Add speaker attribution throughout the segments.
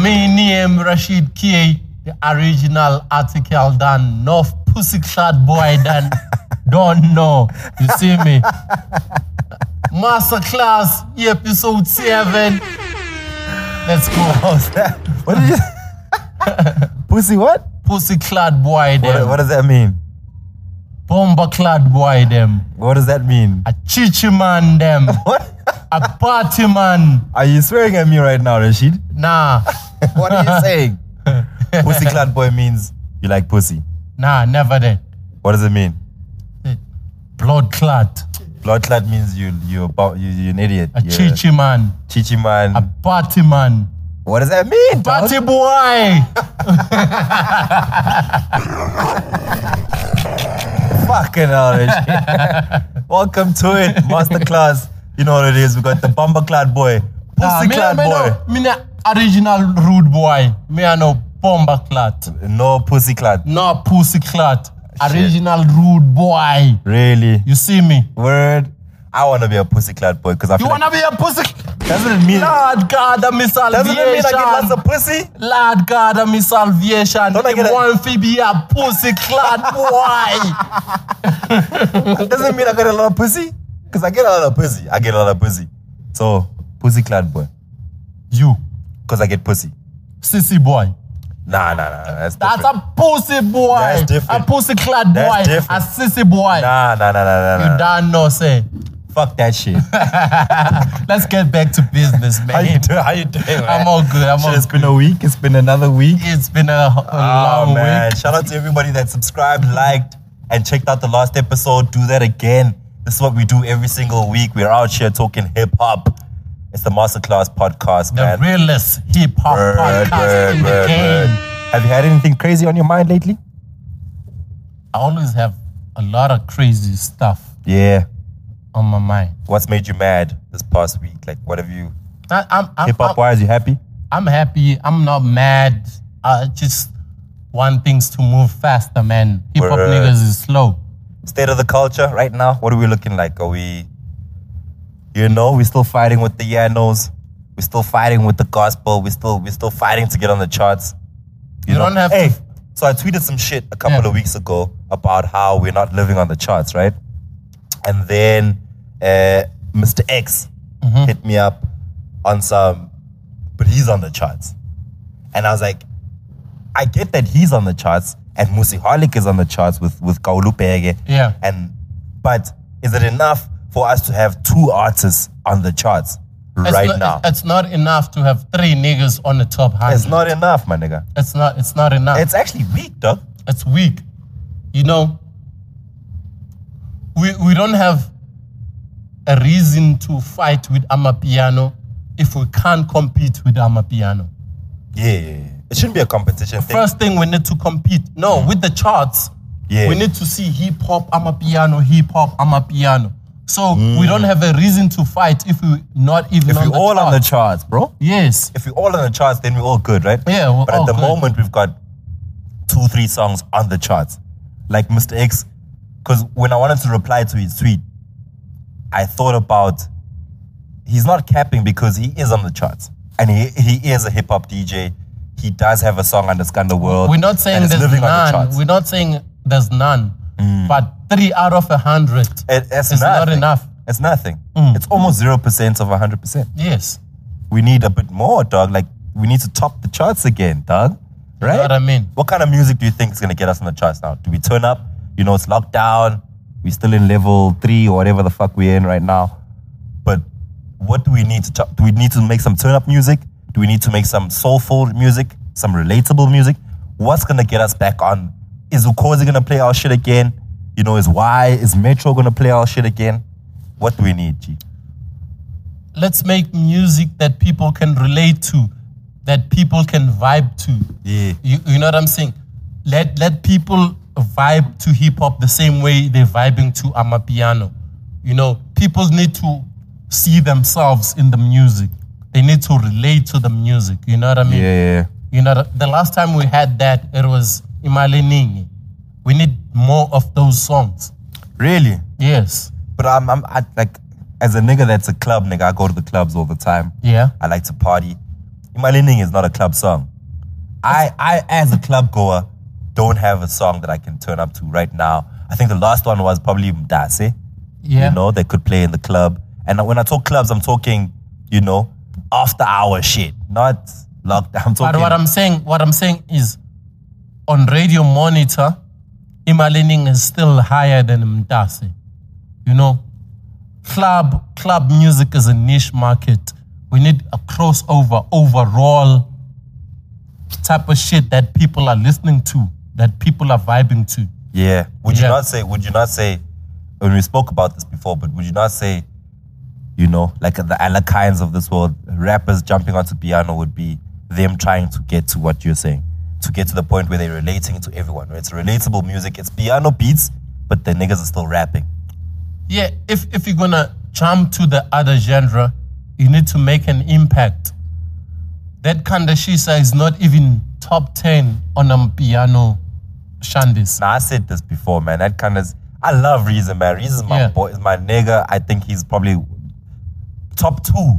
Speaker 1: Me am Rashid K, the original article than North Pussycat boy than don't know. You see me? Masterclass, episode 7. Let's go. host.
Speaker 2: What did you? Pussy what?
Speaker 1: Pussycat boy
Speaker 2: what?
Speaker 1: them.
Speaker 2: What does that mean?
Speaker 1: Bomber clad boy them.
Speaker 2: What does that mean?
Speaker 1: A chichi man them.
Speaker 2: What?
Speaker 1: A party man.
Speaker 2: Are you swearing at me right now, Rashid?
Speaker 1: Nah.
Speaker 2: What are you saying? pussy clad boy means you like pussy.
Speaker 1: Nah, never that.
Speaker 2: What does it mean?
Speaker 1: Blood clot.
Speaker 2: Blood clad means you you about you you're an idiot.
Speaker 1: A
Speaker 2: You're a
Speaker 1: chichi man.
Speaker 2: chichi man.
Speaker 1: A party man.
Speaker 2: what does that mean? dog?
Speaker 1: Party boy.
Speaker 2: Fucking hell, Rashid. Welcome to it, masterclass. You know what it is? We got the bomber clad boy,
Speaker 1: Nah,
Speaker 2: pussy
Speaker 1: Ah, me
Speaker 2: clad
Speaker 1: no- me no- Me
Speaker 2: boy.
Speaker 1: no original rude boy. Me a no bomber clot.
Speaker 2: No pussy clad.
Speaker 1: No pussy clot.
Speaker 2: Ah, Shit.
Speaker 1: Original rude boy.
Speaker 2: Really?
Speaker 1: You see me?
Speaker 2: Word. I want to be a pussy clad boy because I feel
Speaker 1: You
Speaker 2: like
Speaker 1: wanna be a pussy?
Speaker 2: doesn't it mean
Speaker 1: Lord God, I'm
Speaker 2: doesn't it mean I get lots
Speaker 1: salvation.
Speaker 2: of pussy?
Speaker 1: Lord God, I'm salvation.
Speaker 2: Don't I get a-
Speaker 1: one a pussy clot boy.
Speaker 2: Doesn't it mean I get a lot of pussy? Because I get a lot of pussy. I get a lot of pussy. So pussy clad boy,
Speaker 1: You,
Speaker 2: because I get pussy.
Speaker 1: sissy boy.
Speaker 2: Nah, nah, nah. That's,
Speaker 1: That's
Speaker 2: different.
Speaker 1: a pussy boy.
Speaker 2: That's different.
Speaker 1: A pussy clad boy.
Speaker 2: That's
Speaker 1: A
Speaker 2: different.
Speaker 1: sissy boy.
Speaker 2: Nah, nah, nah, nah, nah. nah.
Speaker 1: You don't know, say.
Speaker 2: Fuck that shit.
Speaker 1: Let's get back to business,
Speaker 2: How you
Speaker 1: man.
Speaker 2: doing? How you doing? Man?
Speaker 1: I'm all good. I'm
Speaker 2: Shit,
Speaker 1: all
Speaker 2: it's been a week. It's been another week.
Speaker 1: It's been a, a long
Speaker 2: Oh man!
Speaker 1: week.
Speaker 2: Shout out to everybody that subscribed, liked, and checked out the last episode. Do that again. This is what we do every single week. We're out here talking hip hop. It's the masterclass podcast,
Speaker 1: The
Speaker 2: man.
Speaker 1: realest hip hop
Speaker 2: Word,
Speaker 1: podcast
Speaker 2: word,
Speaker 1: in the
Speaker 2: word,
Speaker 1: game.
Speaker 2: word. Have you had anything crazy on your mind lately?
Speaker 1: I always have a lot of crazy stuff
Speaker 2: Yeah.
Speaker 1: on my mind.
Speaker 2: What's made you mad this past week? Like, what have you?
Speaker 1: I, I'm, I'm,
Speaker 2: Hip hop
Speaker 1: I'm,
Speaker 2: wise, you happy?
Speaker 1: I'm happy. I'm not mad. I just want things to move faster, man. Hip hop
Speaker 2: Word.
Speaker 1: niggas is slow.
Speaker 2: State of the culture right now. What are we looking like? Are we? You know, we're still fighting with the Yanos. We're still fighting with the gospel. We're still we're still fighting to get on the charts.
Speaker 1: You don't have to-
Speaker 2: Hey, so I tweeted some shit a couple
Speaker 1: Yeah.
Speaker 2: of weeks ago about how we're not living on the charts, right? And then uh, Mr. X
Speaker 1: Mm-hmm.
Speaker 2: hit me up on some, but he's on the charts. And I was like, I get that he's on the charts and Musi Harlik is on the charts with with Kaulu Pege.
Speaker 1: Yeah.
Speaker 2: And but is it enough for us to have two artists on the charts
Speaker 1: It's
Speaker 2: right
Speaker 1: not,
Speaker 2: now?
Speaker 1: It's not enough to have three niggas on the top hundred.
Speaker 2: It's not enough, my nigga.
Speaker 1: It's not. It's not enough. It's,
Speaker 2: It's actually weak, dog.
Speaker 1: weak. You know. We we don't have a reason to fight with Amapiano if we can't compete with Amapiano.
Speaker 2: Yeah, yeah, yeah. It shouldn't be a competition thing.
Speaker 1: First thing we need to compete. No, with the charts.
Speaker 2: Yeah.
Speaker 1: We need to see hip hop, Amapiano, hip hop, Amapiano. So we don't have a reason to fight if we not even
Speaker 2: Mm. if
Speaker 1: on
Speaker 2: we're
Speaker 1: the
Speaker 2: all on the
Speaker 1: charts.
Speaker 2: charts, bro.
Speaker 1: yes.
Speaker 2: If we're all on the charts, then we're all good, right?
Speaker 1: Yeah, we're
Speaker 2: But at
Speaker 1: all
Speaker 2: the
Speaker 1: good.
Speaker 2: moment, we've got two, three songs on the charts, like Mr. X. Because when I wanted to reply to his tweet, I thought about he's not capping because he is on the charts and he he is a hip hop DJ. He does have a song under Scandal World.
Speaker 1: We're not
Speaker 2: and
Speaker 1: saying
Speaker 2: it's
Speaker 1: there's
Speaker 2: living on the
Speaker 1: none.
Speaker 2: charts.
Speaker 1: We're not saying there's none. But three out of a hundred.
Speaker 2: It- it's
Speaker 1: it's not
Speaker 2: nothing.
Speaker 1: enough. Mm.
Speaker 2: It's nothing. It's almost zero percent of hundred percent.
Speaker 1: Yes.
Speaker 2: We need a bit more, dog. Like we need to top the charts again, dog. Right?
Speaker 1: You know what I mean?
Speaker 2: What kind of music do you think is gonna get us on the charts now? Do we turn up? You know, it's lockdown. We're still in level three or whatever the fuck we're in right now. But what do we need to top? Do we need to make some turn up music? Do we need to make some soulful music? Some relatable music? What's gonna get us back on? Is Ukozi gonna play our shit again? You know, is why is Metro gonna play our shit again? What do we need, G?
Speaker 1: Let's make music that people can relate to, that people can vibe to.
Speaker 2: Yeah.
Speaker 1: You, you know what I'm saying? Let let people vibe to hip hop the same way they're vibing to Amapiano. You know, people need to see themselves in the music. They need to relate to the music. You know what I mean?
Speaker 2: Yeah.
Speaker 1: You know, the last time we had that, it was Imali Ningi. We need more of those songs.
Speaker 2: Really?
Speaker 1: Yes.
Speaker 2: But I'm, I'm I, like, as a nigga that's a club nigga, I go to the clubs all the time.
Speaker 1: Yeah.
Speaker 2: I like to party. Imalining is not a club song. I, I, as a club goer, don't have a song that I can turn up to right now. I think the last one was probably Mdase.
Speaker 1: Yeah.
Speaker 2: You know, they could play in the club. And when I talk clubs, I'm talking, you know, after hour shit, not lockdown. I'm
Speaker 1: But
Speaker 2: talking.
Speaker 1: what I'm saying, what I'm saying is, on radio monitor, Imalining is still higher than Mdasi. You know, club club music is a niche market. We need a crossover, overall type of shit that people are listening to, that people are vibing to.
Speaker 2: yeah. Would you
Speaker 1: Yeah.
Speaker 2: not say? Would you not say? When we spoke about this before, but would you not say, you know, like the Alakines of this world, rappers jumping onto piano would be them trying to get to what you're saying, to get to the point where they're relating to everyone. Where it's relatable music, it's piano beats, but the niggas are still rapping.
Speaker 1: Yeah, if if you're gonna jump to the other genre, you need to make an impact. That Kandashisa is not even top ten on a piano shandis.
Speaker 2: Now I said this before, man. That kind of I love Reason, man. Reason's my
Speaker 1: Yeah.
Speaker 2: boy, is my nigga. I think he's probably top two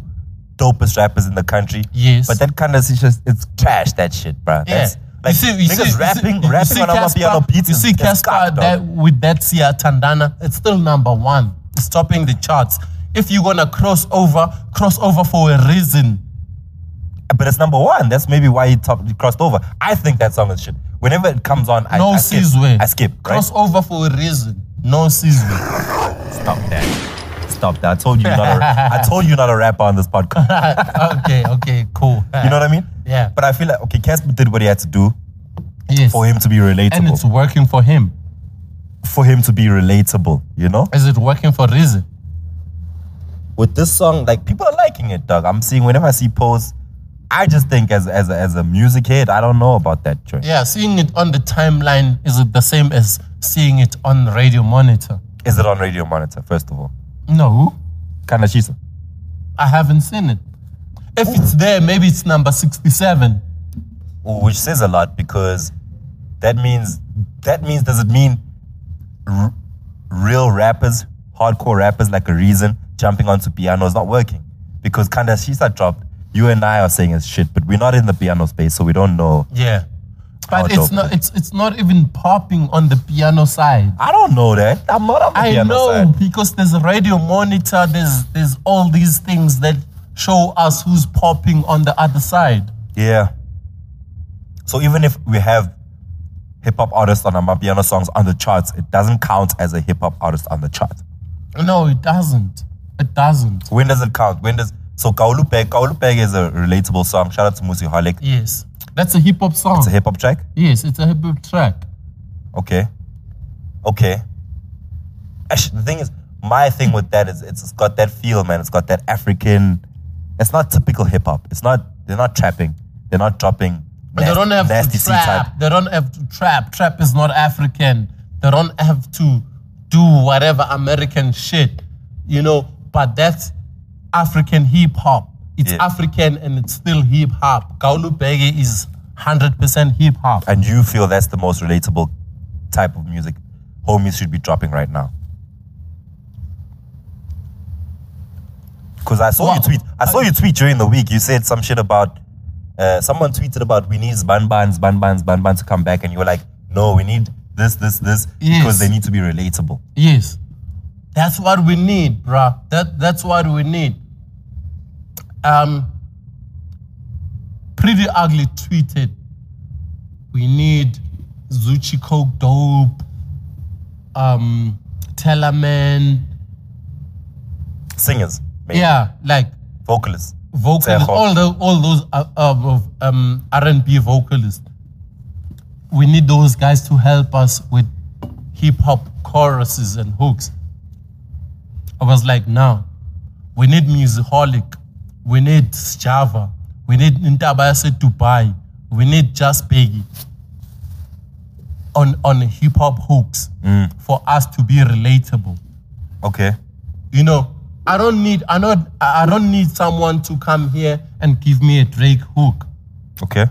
Speaker 2: dopest rappers in the country.
Speaker 1: Yes.
Speaker 2: But that kind of it's just it's trash. That shit, bro.
Speaker 1: Yeah.
Speaker 2: That's, like niggas rapping, rapping on our piano beats.
Speaker 1: You
Speaker 2: is-
Speaker 1: see
Speaker 2: is
Speaker 1: Casper
Speaker 2: cocked, dog.
Speaker 1: that, with that Sia Tandana, it's still number one. It's topping the charts. If you're gonna cross over, cross over for a reason.
Speaker 2: but it's number one. That's maybe why he, top, he crossed over. I think that song is shit. Whenever it comes on, I,
Speaker 1: No
Speaker 2: I skip.
Speaker 1: Sizwe.
Speaker 2: I skip. Right?
Speaker 1: Cross over for a reason. No Sizwe.
Speaker 2: Stop that. Stop that. I told you you're not. A, I told you you're not a rapper on this podcast.
Speaker 1: okay, okay, cool.
Speaker 2: You know what I mean?
Speaker 1: Yeah.
Speaker 2: But I feel like okay, Casper did what he had to do
Speaker 1: yes.
Speaker 2: for him to be relatable.
Speaker 1: and it's working for him.
Speaker 2: for him to be relatable, you know?
Speaker 1: Is it working for reason?
Speaker 2: With this song, like people are liking it, dog. I'm seeing whenever I see posts, I just think as as a, as a music head, I don't know about that joint.
Speaker 1: Yeah, seeing it on the timeline is it the same as seeing it on the radio monitor?
Speaker 2: Is it on radio monitor? First of all,
Speaker 1: No,
Speaker 2: Kanashisa.
Speaker 1: I haven't seen it. If it's there, maybe it's number sixty-seven.
Speaker 2: which says a lot because that means that means does it mean r- real rappers, hardcore rappers like a reason jumping onto piano is not working because Kanda Shisa dropped. You and I are saying it's shit, but we're not in the piano space, so we don't know.
Speaker 1: Yeah,
Speaker 2: How
Speaker 1: but it's
Speaker 2: dope.
Speaker 1: not. It's it's not even popping on the piano side.
Speaker 2: I don't know that. I'm not on the
Speaker 1: I
Speaker 2: piano
Speaker 1: know
Speaker 2: side.
Speaker 1: because there's a radio monitor. There's there's all these things that show us who's popping on the other side.
Speaker 2: Yeah. So even if we have hip hop artists on Amapiano songs on the charts, it doesn't count as a hip hop artist on the chart.
Speaker 1: No, it doesn't. It doesn't.
Speaker 2: When does it count? When does so Kaulu Peg? Kaulu Peg is a relatable song. Shout out to Musi Halik.
Speaker 1: Yes, that's a hip hop song.
Speaker 2: It's a hip hop track.
Speaker 1: Yes, it's a hip hop track.
Speaker 2: Okay. Okay. Actually, the thing is, my thing with that is it's, it's got that feel, man. It's got that African. It's not typical hip hop. It's not. They're not trapping. They're not dropping.
Speaker 1: But they
Speaker 2: nas-
Speaker 1: don't have
Speaker 2: nasty
Speaker 1: to
Speaker 2: C type.
Speaker 1: trap. They don't have to trap. Trap is not African. They don't have to do whatever American shit, you know. But that's African hip hop. It's
Speaker 2: Yeah.
Speaker 1: African and it's still hip hop. Kaulu Bege is hundred percent hip hop.
Speaker 2: and you feel that's the most relatable type of music homies should be dropping right now? Because I saw
Speaker 1: Wow.
Speaker 2: you tweet. I saw you tweet during the week. You said some shit about uh, someone tweeted about we need Banban, Banban, Banban to come back, and you were like, no, we need this, this, this
Speaker 1: Yes.
Speaker 2: because they need to be relatable.
Speaker 1: Yes, that's what we need, bruh. That that's what we need. Um, pretty ugly tweeted. We need Zuchi Coke Dope, um, Tellerman.
Speaker 2: Singers, maybe.
Speaker 1: Yeah, like
Speaker 2: vocalists.
Speaker 1: vocalists,
Speaker 2: Tshepo.
Speaker 1: all the all those uh, uh, um, R and B vocalists. We need those guys to help us with hip hop choruses and hooks. I was like, now we need musicolic, we need Java, we need Intabayase Dubai, we need Just Peggy on on hip hop hooks for us to be relatable
Speaker 2: Okay.
Speaker 1: you know i don't need i not i I don't need someone to come here and give me a drake hook
Speaker 2: Okay.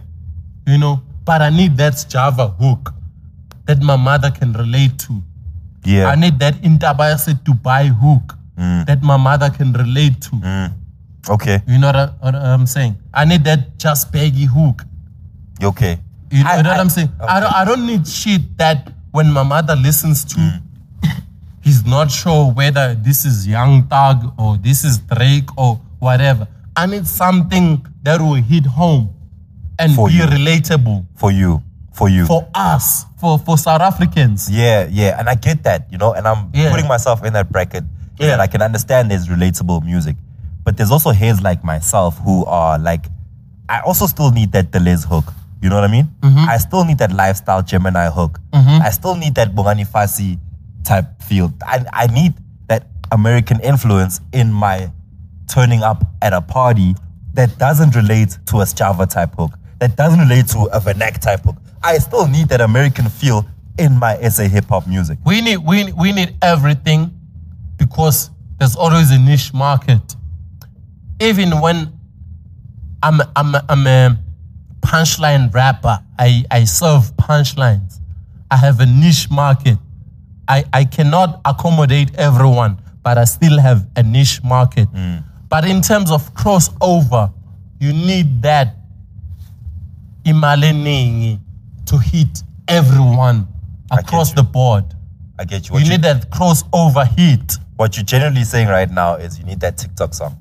Speaker 1: you know but i need that java hook that my mother can relate to
Speaker 2: Yeah.
Speaker 1: i need that intabayase dubai hook that my mother can relate to
Speaker 2: Okay.
Speaker 1: You know what, I, what I'm saying? I need that just baggy hook.
Speaker 2: You Okay.
Speaker 1: You know,
Speaker 2: I-
Speaker 1: you know
Speaker 2: I-
Speaker 1: what I'm saying? I, don't, I don't need shit that when my mother listens to,
Speaker 2: Mm.
Speaker 1: he's not sure whether this is Young Thug or this is Drake or whatever. I need something that will hit home and
Speaker 2: For
Speaker 1: be
Speaker 2: you.
Speaker 1: relatable
Speaker 2: For you. For you.
Speaker 1: for us, for, for South Africans.
Speaker 2: Yeah, yeah, and I get that, you know, and I'm
Speaker 1: Yeah.
Speaker 2: putting myself in that bracket.
Speaker 1: Yeah.
Speaker 2: And I can understand there's relatable music, but there's also heads like myself who are like, I also still need that Deleuze hook. You know what I mean?
Speaker 1: Mm-hmm.
Speaker 2: I still need that lifestyle Gemini hook. I still need that Bongani Fasi type feel. I, I need that American influence in my turning up at a party that doesn't relate to a Java type hook, that doesn't relate to a Vernac type hook. I still need that American feel in my SA hip hop music.
Speaker 1: We need we, we need everything because there's always a niche market. Even when I'm I'm I'm a punchline rapper, I, I serve punchlines. I have a niche market. I, I cannot accommodate everyone, but I still have a niche market.
Speaker 2: Mm.
Speaker 1: But in terms of crossover, you need that imaleningi to hit everyone
Speaker 2: get
Speaker 1: across
Speaker 2: you.
Speaker 1: the board.
Speaker 2: I get you. What
Speaker 1: You
Speaker 2: you,
Speaker 1: need that crossover hit.
Speaker 2: what you're generally saying right now is you need that TikTok song.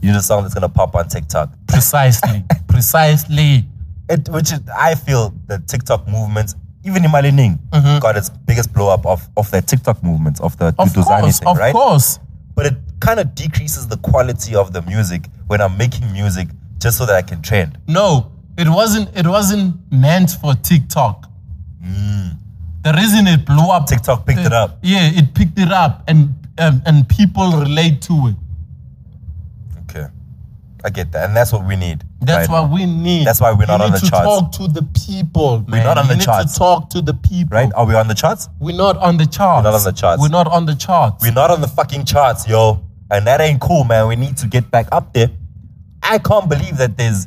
Speaker 2: You need a song that's gonna pop on TikTok.
Speaker 1: Precisely. precisely.
Speaker 2: It, which is, I feel the TikTok movement, even in Malining, got its biggest blow up of, of the TikTok movement, of the
Speaker 1: Mm-hmm. Of
Speaker 2: Duduzani
Speaker 1: course.
Speaker 2: thing,
Speaker 1: of
Speaker 2: right?
Speaker 1: course.
Speaker 2: But it kind of decreases the quality of the music when I'm making music just so that I can trend.
Speaker 1: No, it wasn't it wasn't meant for TikTok. The reason it blew up
Speaker 2: Mm. TikTok picked
Speaker 1: Mm.
Speaker 2: it up.
Speaker 1: Yeah, it picked it up and um, and people relate to it.
Speaker 2: Okay. I get that. And that's what we need.
Speaker 1: That's
Speaker 2: right
Speaker 1: what we need.
Speaker 2: That's why we're
Speaker 1: You
Speaker 2: not on
Speaker 1: need
Speaker 2: the
Speaker 1: to
Speaker 2: charts.
Speaker 1: talk to the people, man.
Speaker 2: not on
Speaker 1: You
Speaker 2: the
Speaker 1: need
Speaker 2: charts.
Speaker 1: to talk to the people.
Speaker 2: Right? Are we on the charts?
Speaker 1: We're not on the charts.
Speaker 2: We're not on the charts.
Speaker 1: We're not on the charts.
Speaker 2: We're not on the fucking charts, yo. And that ain't cool, man. We need to get back up there. I can't believe that there's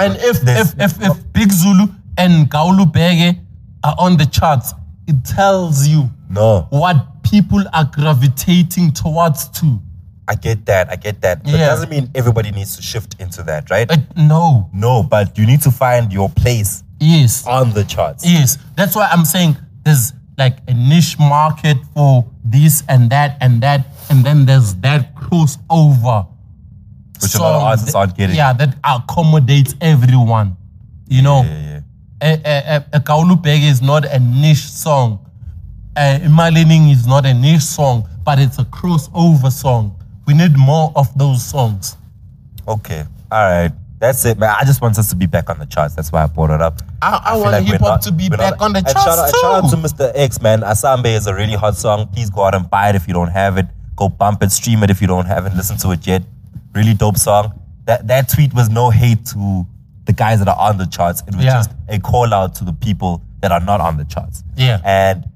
Speaker 1: And if,
Speaker 2: There's-
Speaker 1: if if if Big Zulu and Gaulu Bege are on the charts, it tells you
Speaker 2: no.
Speaker 1: what people are gravitating towards too.
Speaker 2: I get that. I get that. But
Speaker 1: Yeah.
Speaker 2: doesn't mean everybody needs to shift into that, right?
Speaker 1: But no,
Speaker 2: no, but you need to find your place
Speaker 1: yes,
Speaker 2: on the charts.
Speaker 1: yes. That's why I'm saying there's like a niche market for this and that and that, and then there's that crossover.
Speaker 2: Which a lot of
Speaker 1: song
Speaker 2: artists
Speaker 1: that-
Speaker 2: aren't getting.
Speaker 1: Yeah, that accommodates everyone. You know.
Speaker 2: Yeah, yeah.
Speaker 1: a, a, a, a Kaulu Beg is not a niche song. Uh, Imalining is not a niche song, but it's a crossover song. We need more of those songs.
Speaker 2: Okay. All right. That's it, man. I just want us to be back on the charts. That's why I brought it up.
Speaker 1: I- I
Speaker 2: feel
Speaker 1: want
Speaker 2: we're
Speaker 1: hip-hop to be
Speaker 2: we're
Speaker 1: back on the
Speaker 2: and
Speaker 1: charts
Speaker 2: Shout out, shout out to
Speaker 1: too.
Speaker 2: Mr. X, man. Asambe is a really hot song. Please go out and buy it if you don't have it. Go bump it, stream it if you don't have it. Listen to it yet. Really dope song. That that tweet was no hate to the guys that are on the charts. It was
Speaker 1: Yeah.
Speaker 2: just a call out to the people that are not on the charts.
Speaker 1: Yeah.
Speaker 2: And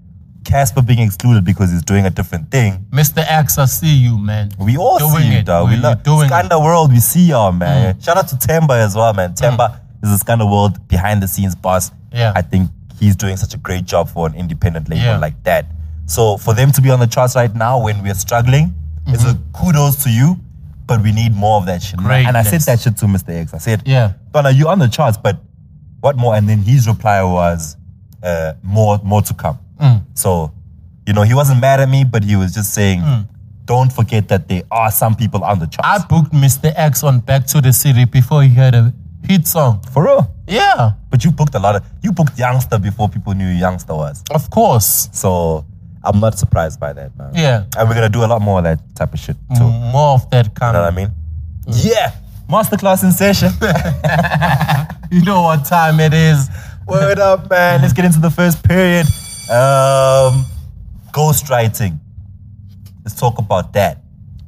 Speaker 2: Casper being excluded because he's doing a different thing.
Speaker 1: Mr. X, I see you, man.
Speaker 2: We all
Speaker 1: Doing
Speaker 2: see you,
Speaker 1: it. Mm.
Speaker 2: dog.
Speaker 1: We-
Speaker 2: We love
Speaker 1: you're doing
Speaker 2: Skanda World. We see y'all, man. Shout out to Temba as well, man. Temba is the Skanda World behind the scenes boss.
Speaker 1: Mm. Yeah.
Speaker 2: I think he's doing such a great job for an independent label
Speaker 1: Yeah.
Speaker 2: like that. So for them to be on the charts right now when we're struggling, it's
Speaker 1: Mm-hmm.
Speaker 2: a kudos to you. But we need more of that shit.
Speaker 1: Greatness.
Speaker 2: And I said that shit to Mr. X. I said,
Speaker 1: Yeah.
Speaker 2: Donna, you're on the charts, but what more? And then his reply was, uh, more, more to come. So, you know, he wasn't mad at me, but he was just saying, don't forget that there are some people on the
Speaker 1: I
Speaker 2: charts.
Speaker 1: booked Mr. X on Back to the City before he had a hit song.
Speaker 2: For real.
Speaker 1: Yeah,
Speaker 2: But you booked a lot of, you booked Youngster before people knew who Youngster was.
Speaker 1: of course.
Speaker 2: So I'm not surprised by that, man.
Speaker 1: Yeah.
Speaker 2: And we're going to do a lot more of that type of shit too.
Speaker 1: More of that
Speaker 2: You know what I
Speaker 1: coming.
Speaker 2: mean? Yeah. Masterclass in session.
Speaker 1: You know what time it is?
Speaker 2: Word up, man. Let's get into the first period. Um, ghostwriting. Let's talk about that.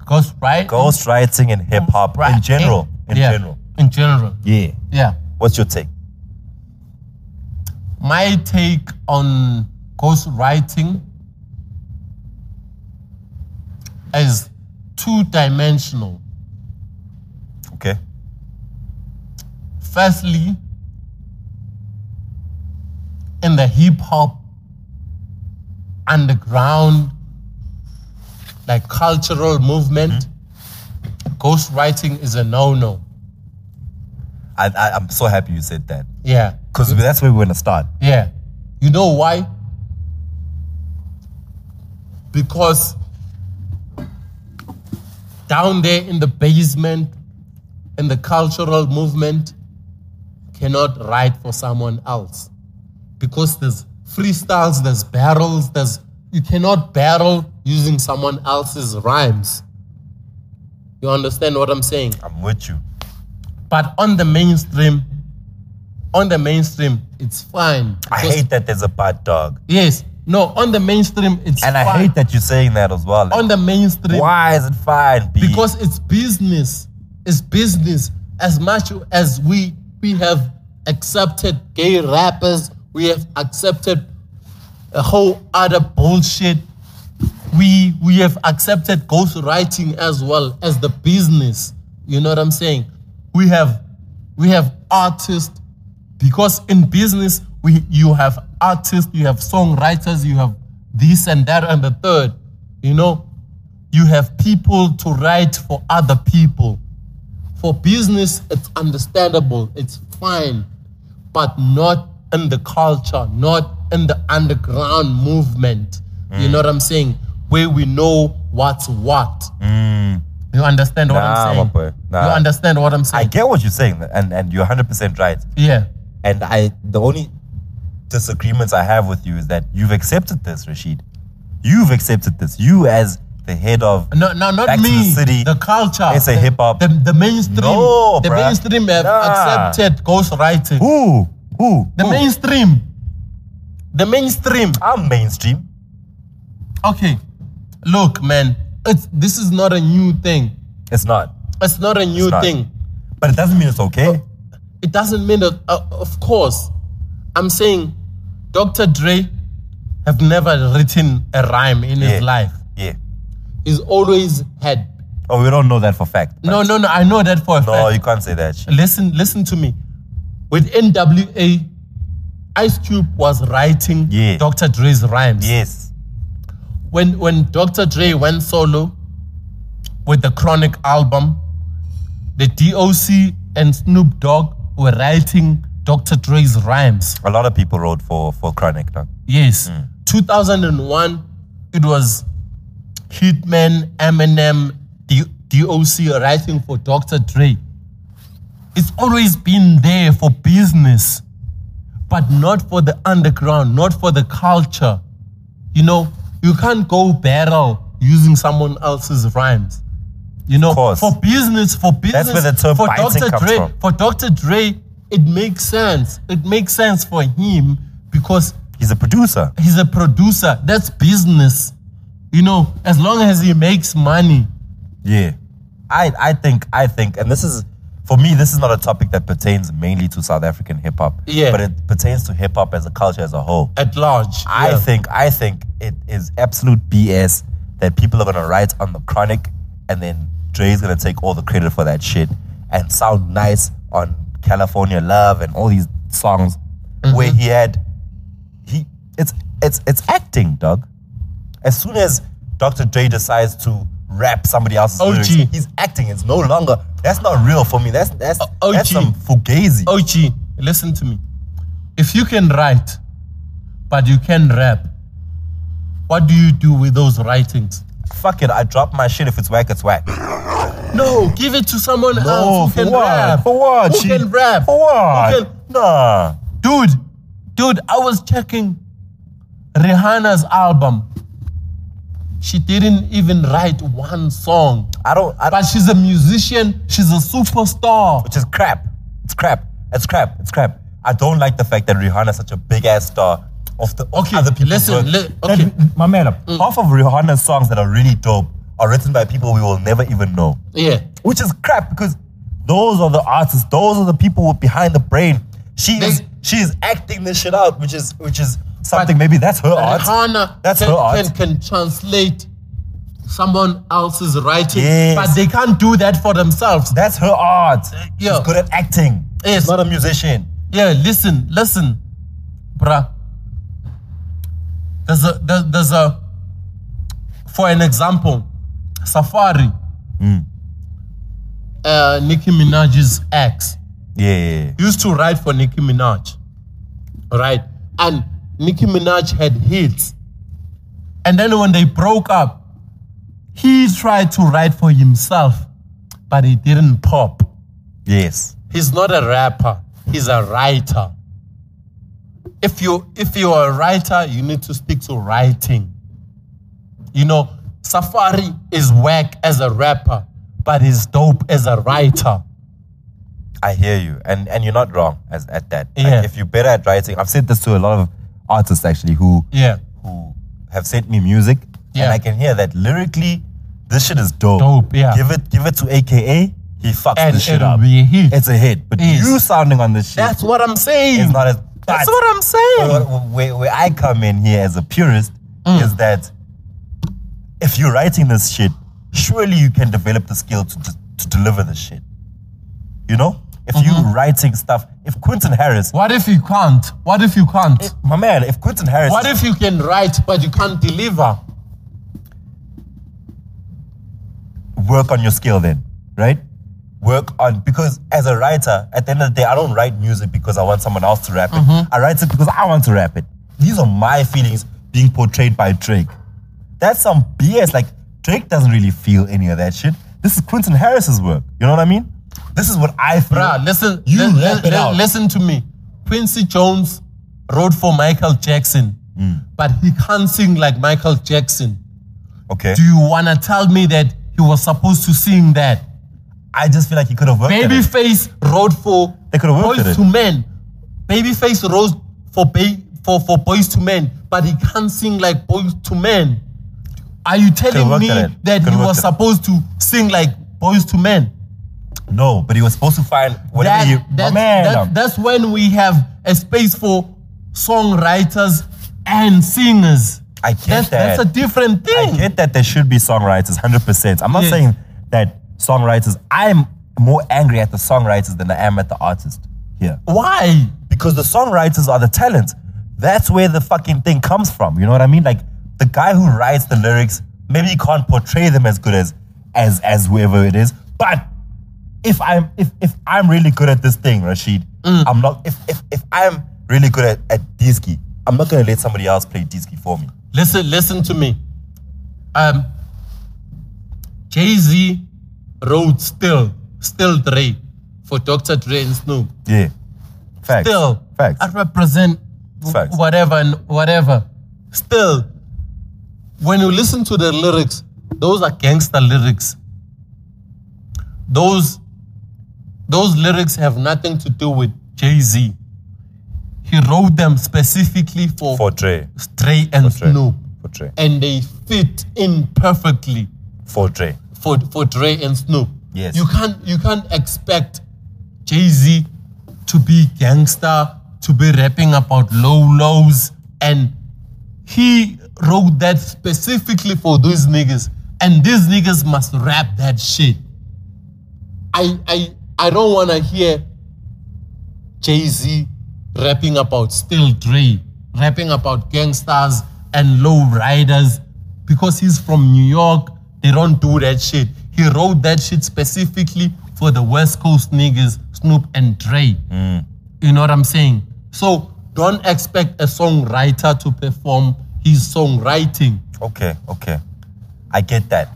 Speaker 1: Ghost, right?
Speaker 2: Ghostwriting and hip hop in general. In
Speaker 1: Yeah,
Speaker 2: general.
Speaker 1: In general.
Speaker 2: Yeah.
Speaker 1: Yeah.
Speaker 2: What's your take?
Speaker 1: my take on ghostwriting is two dimensional.
Speaker 2: Okay.
Speaker 1: Firstly, in the hip hop underground, like cultural movement,
Speaker 2: Mm-hmm.
Speaker 1: Ghostwriting is a no-no.
Speaker 2: I, I, I'm so happy you said that
Speaker 1: Yeah.
Speaker 2: because that's where we're gonna start.
Speaker 1: Yeah. You know why? Because down there in the basement, in the cultural movement, cannot write for someone else. Because there's freestyles, there's barrels, there's you cannot barrel using someone else's rhymes. You understand what I'm saying?
Speaker 2: I'm with you.
Speaker 1: But on the mainstream, on the mainstream, it's fine.
Speaker 2: I
Speaker 1: because-
Speaker 2: hate that there's a bad dog,
Speaker 1: Yes. No, on the mainstream, it's
Speaker 2: and I
Speaker 1: fine.
Speaker 2: hate that you're saying that as well.
Speaker 1: on the mainstream
Speaker 2: Why is it fine? B?
Speaker 1: because it's business. It's business. As much as we we have accepted gay rappers, we have accepted a whole other bullshit. We we have accepted ghostwriting as well as the business. You know what I'm saying? We have we have artists because in business we you have artists, you have songwriters, you have this and that and the third. You know, you have people to write for other people. For business, it's understandable, it's fine, but not in the culture, not in the underground movement.
Speaker 2: Mm.
Speaker 1: You know what I'm saying? Where we know what's what. You understand what
Speaker 2: Mm. Nah,
Speaker 1: I'm
Speaker 2: my
Speaker 1: saying?
Speaker 2: boy, nah.
Speaker 1: You understand what I'm
Speaker 2: I
Speaker 1: saying?
Speaker 2: get what you're saying, and and you're 100 percent right.
Speaker 1: yeah.
Speaker 2: And I, the only disagreements I have with you is that you've accepted this, Rashid. You've accepted this. You as the head of
Speaker 1: No, no, not
Speaker 2: Back to
Speaker 1: me.
Speaker 2: the city.
Speaker 1: culture.
Speaker 2: It's a
Speaker 1: The-
Speaker 2: hip-hop.
Speaker 1: The, the mainstream.
Speaker 2: No,
Speaker 1: the
Speaker 2: bruh.
Speaker 1: mainstream have
Speaker 2: Nah.
Speaker 1: accepted ghostwriting.
Speaker 2: who, who,
Speaker 1: The
Speaker 2: who?
Speaker 1: mainstream. The mainstream.
Speaker 2: I'm mainstream.
Speaker 1: Okay, look, man. It's this is not a new thing.
Speaker 2: It's not,
Speaker 1: It's not a new
Speaker 2: not.
Speaker 1: thing.
Speaker 2: but it doesn't mean it's okay.
Speaker 1: It doesn't mean that. Uh, of course, I'm saying, Dr. Dre have never written a rhyme in his
Speaker 2: Yeah.
Speaker 1: life.
Speaker 2: Yeah.
Speaker 1: He's always had.
Speaker 2: Oh, we don't know that for fact.
Speaker 1: No, no, no. I know that for a fact.
Speaker 2: No, you can't say that. Shit.
Speaker 1: listen, listen to me. With NWA, Ice Cube was writing
Speaker 2: Yeah.
Speaker 1: Dr. Dre's rhymes.
Speaker 2: Yes.
Speaker 1: When when Dr. Dre went solo with the Chronic album, the DOC and Snoop Dogg were writing Dr. Dre's rhymes.
Speaker 2: A lot of people wrote for for chronic. Dog.
Speaker 1: Yes.
Speaker 2: Hmm.
Speaker 1: 2001, it was Hitman, Eminem, D- DOC writing for Dr. Dre. It's always been there for business, but not for the underground, not for the culture. You know, you can't go barrel using someone else's rhymes. You know,
Speaker 2: course.
Speaker 1: for business, for business,
Speaker 2: where the term
Speaker 1: for
Speaker 2: biting
Speaker 1: Dr.
Speaker 2: comes
Speaker 1: Dre,
Speaker 2: from.
Speaker 1: for Dr. Dre, it makes sense. It makes sense for him because
Speaker 2: He's a producer.
Speaker 1: he's a producer. That's business. You know, as long as he makes money.
Speaker 2: Yeah. I, I think I think and this is for me this is not a topic that pertains mainly to South African hip hop.
Speaker 1: Yeah.
Speaker 2: But it pertains to hip hop as a culture as a whole.
Speaker 1: At large.
Speaker 2: I
Speaker 1: yeah.
Speaker 2: think I think it is absolute BS that people are gonna write on the chronic and then Dre's gonna take all the credit for that shit and sound nice on California Love and all these songs
Speaker 1: Mm-hmm.
Speaker 2: where he had he it's it's it's acting, Doug. As soon as Dr. Dre decides to rap somebody else's
Speaker 1: OG.
Speaker 2: lyrics, he's acting. It's no longer that's not real for me. That's that's
Speaker 1: O-
Speaker 2: that's
Speaker 1: OG.
Speaker 2: some fugazi.
Speaker 1: OG, Oh, listen to me. If you can write, but you can rap, what do you do with those writings?
Speaker 2: Fuck it, I drop my shit. If it's whack, it's whack.
Speaker 1: No, give it to someone else who can rap.
Speaker 2: For what?
Speaker 1: Who
Speaker 2: She-
Speaker 1: can rap?
Speaker 2: For what?
Speaker 1: Who can-
Speaker 2: Nah.
Speaker 1: dude, dude, I was checking Rihanna's album. She didn't even write one song.
Speaker 2: I don't. I
Speaker 1: But
Speaker 2: don't
Speaker 1: she's a musician, she's a superstar.
Speaker 2: which is crap. It's crap. It's crap. It's crap. I don't like the fact that Rihanna is such a big ass star of the of
Speaker 1: Okay,
Speaker 2: other people's
Speaker 1: listen,
Speaker 2: work.
Speaker 1: li-
Speaker 2: That-
Speaker 1: okay.
Speaker 2: my man, half of Rihanna's songs that are really dope are written by people we will never even know.
Speaker 1: Yeah.
Speaker 2: which is crap because those are the artists, those are the people with behind the brain. She is
Speaker 1: They-
Speaker 2: she is acting this shit out, which is which is something maybe that's her art.
Speaker 1: Rihanna
Speaker 2: That's
Speaker 1: can,
Speaker 2: her art.
Speaker 1: Can, can translate someone else's writing,
Speaker 2: Yes.
Speaker 1: but they can't do that for themselves.
Speaker 2: That's her art.
Speaker 1: yeah.
Speaker 2: She's good at acting.
Speaker 1: Yes.
Speaker 2: She's not a musician.
Speaker 1: Yeah, listen, listen, bruh. There's a there, there's a Hmm. for an example, Safari. uh, Nicki Minaj's ex.
Speaker 2: Yeah, yeah, yeah.
Speaker 1: He used to write for Nicki Minaj, right? And Nicki Minaj had hits. And then when they broke up, he tried to write for himself, but it didn't pop.
Speaker 2: Yes.
Speaker 1: He's not a rapper, he's a writer. If you if you are a writer, you need to stick to writing. You know, Safari is whack as a rapper, but he's dope as a writer.
Speaker 2: I hear you, and and you're not wrong as at that. Like,
Speaker 1: Yeah.
Speaker 2: if you're better at writing, I've said this to a lot of artists actually who
Speaker 1: Yeah.
Speaker 2: who have sent me music,
Speaker 1: Yeah.
Speaker 2: and I can hear that lyrically, this shit is dope.
Speaker 1: Dope, yeah.
Speaker 2: Give it give it to AKA, he fucks
Speaker 1: And
Speaker 2: this shit
Speaker 1: it'll
Speaker 2: up.
Speaker 1: be a hit.
Speaker 2: It's a hit, but
Speaker 1: Yes.
Speaker 2: you sounding on this shit
Speaker 1: That's what I'm saying.
Speaker 2: is not as.
Speaker 1: That's
Speaker 2: but-
Speaker 1: what I'm saying.
Speaker 2: where, where, where I come in here as a purist
Speaker 1: Mm.
Speaker 2: is that if you're writing this shit, surely you can develop the skill to, to, to deliver this shit. You know? If you're writing stuff, if Quentin Harris,
Speaker 1: Mm-hmm. What if you can't? What if you can't?
Speaker 2: my man, if Quentin Harris,
Speaker 1: What if you can write but you can't deliver?
Speaker 2: work on your skill then, right? Work on, because as a writer, at the end of the day, I don't write music because I want someone else to rap it.
Speaker 1: Mm-hmm.
Speaker 2: I write it because I want to rap it. These are my feelings being portrayed by Drake. That's some BS. Like, Drake doesn't really feel any of that shit. This is Quentin Harris's work. You know what I mean? This is what I feel.
Speaker 1: Bruh, listen,
Speaker 2: You
Speaker 1: li-
Speaker 2: rap
Speaker 1: li-
Speaker 2: it
Speaker 1: li-
Speaker 2: out.
Speaker 1: listen to me. Quincy Jones wrote for Michael Jackson, but he can't sing like Michael Jackson.
Speaker 2: okay.
Speaker 1: Do you wanna tell me that he was supposed to sing that?
Speaker 2: I just feel like he could have worked at it.
Speaker 1: Babyface wrote for
Speaker 2: They could've worked at
Speaker 1: Boys
Speaker 2: it.
Speaker 1: to Men. Babyface wrote for ba- for for Boys to Men, but he can't sing like Boys to Men. Are you telling
Speaker 2: Could've worked
Speaker 1: me
Speaker 2: at it.
Speaker 1: that he
Speaker 2: Could've
Speaker 1: was
Speaker 2: worked at it.
Speaker 1: supposed to sing like Boys to Men?
Speaker 2: No, but he was supposed to find whatever
Speaker 1: That-
Speaker 2: you. my
Speaker 1: that's-
Speaker 2: man.
Speaker 1: that-
Speaker 2: um,
Speaker 1: that's when we have a space for songwriters and singers.
Speaker 2: I get
Speaker 1: that's,
Speaker 2: that.
Speaker 1: That's a different thing.
Speaker 2: I get that there should be songwriters, 100%. I'm not
Speaker 1: Yes.
Speaker 2: saying that songwriters, I'm more angry at the songwriters than I am at the artist here.
Speaker 1: Why?
Speaker 2: Because the songwriters are the talent. That's where the fucking thing comes from. You know what I mean? Like the guy who writes the lyrics, maybe he can't portray them as good as as as whoever it is. But if I'm if if I'm really good at this thing, Rashid,
Speaker 1: Mm.
Speaker 2: I'm not if if if I'm really good at, at Disky, I'm not gonna let somebody else play Disky for me.
Speaker 1: Listen, listen to me. Um, Jay Z wrote still, still Dre for Dr. Dre and Snoop.
Speaker 2: Yeah. Facts.
Speaker 1: Still,
Speaker 2: Facts.
Speaker 1: I represent w-
Speaker 2: Facts.
Speaker 1: whatever and whatever. Still, when you listen to the lyrics, those are gangster lyrics. Those, those lyrics have nothing to do with Jay Z. He wrote them specifically for,
Speaker 2: For Dre.
Speaker 1: Dre and
Speaker 2: Dre.
Speaker 1: Snoop
Speaker 2: For Dre.
Speaker 1: and they fit in perfectly
Speaker 2: For Dre.
Speaker 1: for for Dre and Snoop.
Speaker 2: Yes.
Speaker 1: You can't you can't expect Jay Z to be gangster, to be rapping about low lows, and he wrote that specifically for those niggas. And these niggas must rap that shit. I I I don't wanna hear Jay Z rapping about Still Dre, rapping about gangsters and low riders because he's from New York. They don't do that shit. He wrote that shit specifically for the West Coast niggas, Snoop and Dre.
Speaker 2: Mm.
Speaker 1: You know what I'm saying? So don't expect a songwriter to perform his songwriting.
Speaker 2: Okay, okay. I get that.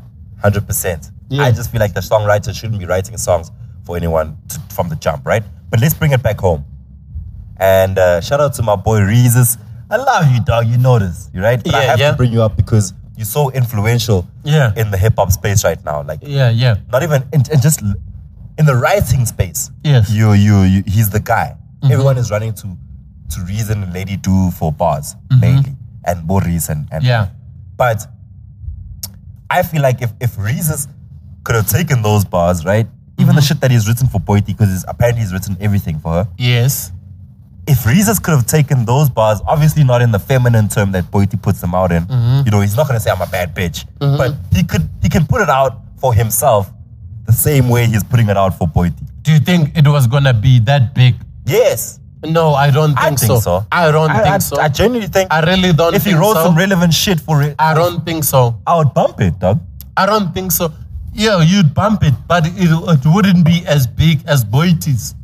Speaker 2: 100%.
Speaker 1: Yeah.
Speaker 2: I just feel like the songwriter shouldn't be writing songs for anyone t- from the jump, right? But let's bring it back home. And uh, shout out to my boy Reezus. I love you, dog. You know this, you right? But I
Speaker 1: Yeah,
Speaker 2: have
Speaker 1: yeah.
Speaker 2: to bring you up because you're so influential
Speaker 1: Yeah.
Speaker 2: in the hip hop space right now. Like,
Speaker 1: Yeah, yeah.
Speaker 2: not even in, in just l- in the writing space.
Speaker 1: Yes. Mm-hmm.
Speaker 2: You you, you he's the guy. Everyone is running to to reason and Lady Do for bars mainly and Boris and, and
Speaker 1: Mm-hmm. Yeah.
Speaker 2: But I feel like if if Reezus could have taken those bars, right? Even
Speaker 1: Mm-hmm.
Speaker 2: the shit that he's written for Boiti, because apparently he's written everything for her.
Speaker 1: Yes.
Speaker 2: If Reezus could have taken those bars, obviously not in the feminine term that Boiti puts them out in.
Speaker 1: Mm-hmm.
Speaker 2: You know, he's not gonna say I'm a bad bitch, but he could he can put it out for himself the same way he's putting it out for Boiti.
Speaker 1: Do you think it was gonna be that big?
Speaker 2: Yes,
Speaker 1: No, I don't think,
Speaker 2: I think so.
Speaker 1: I don't think
Speaker 2: I,
Speaker 1: so.
Speaker 2: I genuinely think
Speaker 1: I really don't
Speaker 2: if he
Speaker 1: think
Speaker 2: wrote
Speaker 1: so.
Speaker 2: some relevant shit for it,
Speaker 1: I don't think so.
Speaker 2: I would bump it, dog.
Speaker 1: I don't think so. yeah, you'd bump it, but it, it wouldn't be as big as Boity's.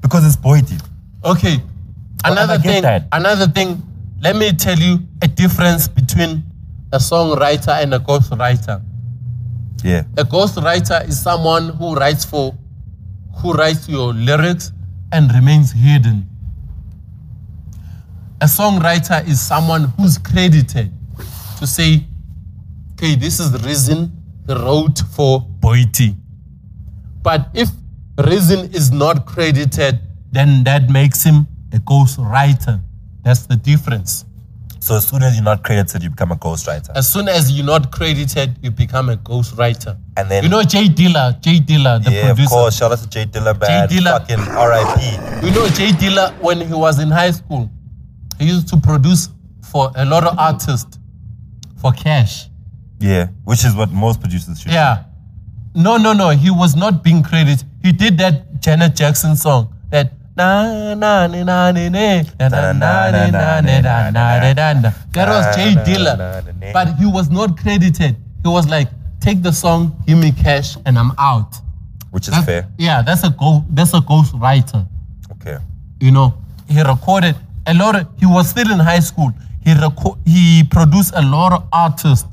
Speaker 2: because it's Boity.
Speaker 1: Okay.
Speaker 2: Well, and I
Speaker 1: Another
Speaker 2: get
Speaker 1: thing.
Speaker 2: that.
Speaker 1: Another thing. Let me tell you a difference between a songwriter and a ghostwriter.
Speaker 2: Yeah.
Speaker 1: A ghostwriter is someone who writes for, who writes your lyrics and remains hidden. A songwriter is someone who's credited to say, okay, this is the reason the road for Boiti. But if reason is not credited, then that makes him a ghostwriter. That's the difference.
Speaker 2: So as soon as you're not credited, you become a ghostwriter.
Speaker 1: As soon as you're not credited, you become a ghostwriter.
Speaker 2: And then-
Speaker 1: you know Jay Dilla, Jay Dilla, the
Speaker 2: yeah,
Speaker 1: producer.
Speaker 2: of course. Shout out to Jay Dilla, man.
Speaker 1: Dilla.
Speaker 2: Fucking R.I.P.
Speaker 1: You know, Jay Dilla, when he was in high school, he used to produce for a lot of artists for cash.
Speaker 2: Yeah, which is what most producers should.
Speaker 1: Yeah. No, no, no. He was not being credited. He did that Janet Jackson song that. na, na, ni, na, ni, ne, na, na, na, ni, na, ni, na, na, ni, na, na. That was Jay
Speaker 2: Na, na, na, na,
Speaker 1: Dilla.
Speaker 2: na.
Speaker 1: But he was not credited. He was like, take the song, give me cash, and I'm out.
Speaker 2: Which is
Speaker 1: That's-
Speaker 2: fair.
Speaker 1: Yeah, that's a go that's a ghost writer.
Speaker 2: Okay.
Speaker 1: you know he recorded a lot of, he was still in high school he reco- he produced a lot of artists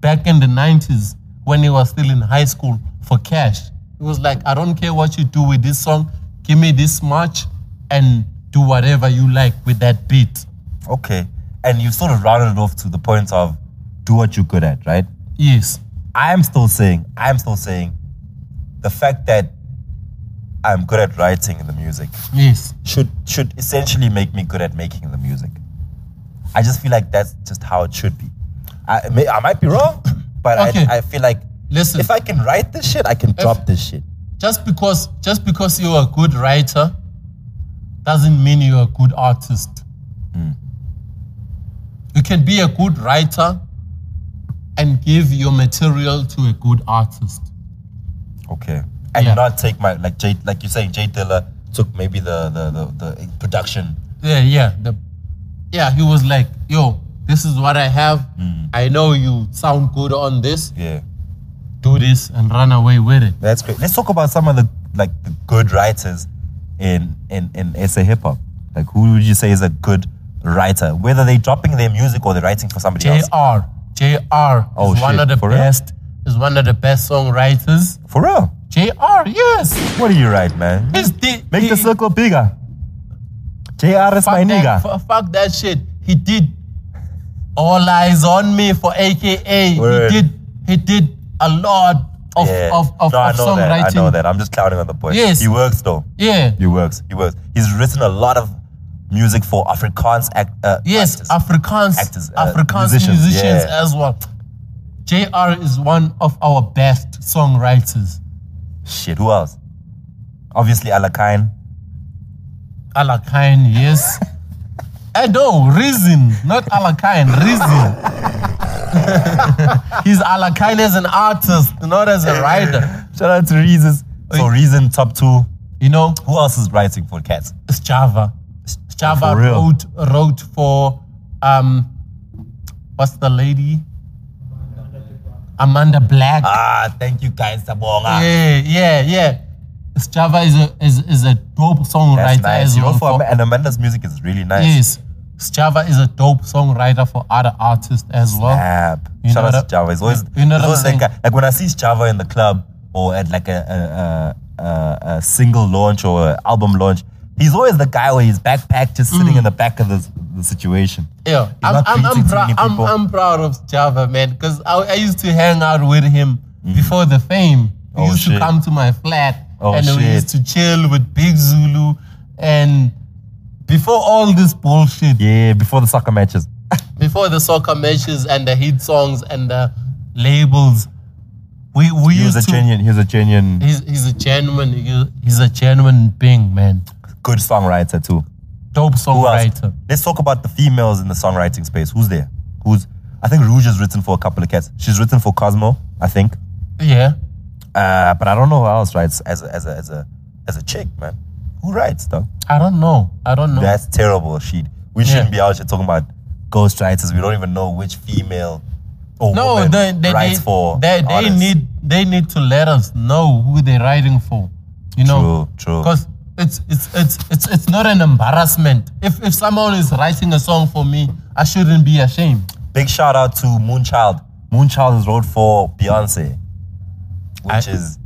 Speaker 1: back in the 90s when he was still in high school for cash he was like i don't care what you do with this song give me this much and do whatever you like with that beat
Speaker 2: Okay. And you've sort of rounded it off to the point of do what you're good at, right?
Speaker 1: yes
Speaker 2: I'm still saying, I'm still saying the fact that I'm good at writing the music
Speaker 1: yes
Speaker 2: should should essentially make me good at making the music. I just feel like that's just how it should be. I may, I might be wrong, but
Speaker 1: Okay.
Speaker 2: I, I feel like
Speaker 1: Listen.
Speaker 2: if I can write this shit, I can drop this shit.
Speaker 1: just because just because you're a good writer doesn't mean you're a good artist.
Speaker 2: Hmm.
Speaker 1: You can be a good writer and give your material to a good artist.
Speaker 2: Okay. And
Speaker 1: Yeah.
Speaker 2: not take my like Jay like you're saying Jay Dilla took maybe the the, the, the production.
Speaker 1: Yeah, yeah. The, yeah, he was like, yo, this is what I have.
Speaker 2: Hmm.
Speaker 1: I know you sound good on this.
Speaker 2: Yeah.
Speaker 1: Do this and run away with it.
Speaker 2: That's great. Let's talk about some of the like the good writers in in in SA hip hop. Like who would you say is a good writer? Whether they're dropping their music or they're writing for somebody else.
Speaker 1: JR. JR
Speaker 2: Oh,
Speaker 1: is one
Speaker 2: shit.
Speaker 1: of the
Speaker 2: For real?
Speaker 1: best is one of the best songwriters.
Speaker 2: For real.
Speaker 1: JR, yes.
Speaker 2: What do you write, man?
Speaker 1: He's the,
Speaker 2: Make
Speaker 1: he-
Speaker 2: the circle bigger. JR is my
Speaker 1: fuck that,
Speaker 2: nigga.
Speaker 1: fu- fuck that shit. He did all eyes on me for AKA.
Speaker 2: Word.
Speaker 1: He did. He did a lot of
Speaker 2: Yeah.
Speaker 1: of of,
Speaker 2: no, I
Speaker 1: of
Speaker 2: know
Speaker 1: songwriting.
Speaker 2: that. I know that. I'm just clowning on the boy.
Speaker 1: Yes.
Speaker 2: He works though.
Speaker 1: Yeah.
Speaker 2: He works. He works. He's written a lot of music for Afrikaans act. Uh,
Speaker 1: Yes,
Speaker 2: artists.
Speaker 1: Afrikaans,
Speaker 2: Actors, uh,
Speaker 1: Afrikaans
Speaker 2: musicians,
Speaker 1: musicians,
Speaker 2: yeah.
Speaker 1: as well. JR is one of our best songwriters.
Speaker 2: Shit. Who else? Obviously, Alakine.
Speaker 1: Alakine, yes. and no, Reason, not Alakine, Reason. He's Alakine as an artist, not as a writer.
Speaker 2: Shout out to Reasons. So
Speaker 1: Oi.
Speaker 2: Reason top two.
Speaker 1: You know,
Speaker 2: Who else is writing for cats?
Speaker 1: Java. Java
Speaker 2: for real?
Speaker 1: wrote wrote for um what's the lady? Amanda Black.
Speaker 2: Ah, thank you guys, Sabonga.
Speaker 1: yeah, yeah, yeah. Java is a is, is a dope
Speaker 2: That's
Speaker 1: songwriter
Speaker 2: nice.
Speaker 1: as
Speaker 2: You know,
Speaker 1: well.
Speaker 2: for
Speaker 1: for-
Speaker 2: Ama- and Amanda's music is really nice.
Speaker 1: yes. Java is a dope songwriter for other artists as well.
Speaker 2: Ab.
Speaker 1: You
Speaker 2: Shout
Speaker 1: know
Speaker 2: out to
Speaker 1: what I-
Speaker 2: Java. It's always,
Speaker 1: you know what I'm
Speaker 2: it's always that
Speaker 1: saying?
Speaker 2: guy. Like when I see Java in the club or at like a, a, a, a, a single launch or a album launch, he's always the guy with his backpack just
Speaker 1: Mm.
Speaker 2: sitting in the back of the, the situation.
Speaker 1: Yeah, I'm,
Speaker 2: not
Speaker 1: I'm,
Speaker 2: treating
Speaker 1: I'm,
Speaker 2: too
Speaker 1: prou-
Speaker 2: many
Speaker 1: I'm,
Speaker 2: people.
Speaker 1: I'm proud of Java, man, because I, I used to hang out with him before the fame. He
Speaker 2: Mm. Oh,
Speaker 1: used
Speaker 2: shit.
Speaker 1: to come to my flat
Speaker 2: Oh,
Speaker 1: and we
Speaker 2: shit.
Speaker 1: used to chill with Big Zulu. And before all this bullshit,
Speaker 2: Yeah, before the soccer matches.
Speaker 1: before the soccer matches and the hit songs and the labels, we, we
Speaker 2: He
Speaker 1: used
Speaker 2: was a
Speaker 1: to.
Speaker 2: genuine, he was a genuine
Speaker 1: He's, he's a genuine, he- he's a genuine being, man.
Speaker 2: good songwriter too.
Speaker 1: Dope
Speaker 2: Who else?
Speaker 1: songwriter.
Speaker 2: Let's talk about the females in the songwriting space. Who's there? Who's I think Rouge has written for a couple of cats. She's written for Cosmo, I think.
Speaker 1: Yeah.
Speaker 2: Uh, but I don't know who else writes as a, as a as a as a chick, man. Who writes though?
Speaker 1: I don't know. I don't know.
Speaker 2: That's terrible. She we
Speaker 1: Yeah.
Speaker 2: shouldn't be out here talking about ghostwriters. We don't even know which female or
Speaker 1: No,
Speaker 2: woman
Speaker 1: they they,
Speaker 2: writes
Speaker 1: they,
Speaker 2: for
Speaker 1: they, they
Speaker 2: artists.
Speaker 1: need they need to let us know who they're writing for. You know,
Speaker 2: True, true.
Speaker 1: Because it's it's it's it's it's not an embarrassment. If if someone is writing a song for me, I shouldn't be ashamed.
Speaker 2: Big shout out to Moonchild. Moonchild has wrote for Beyonce, which
Speaker 1: I-
Speaker 2: is,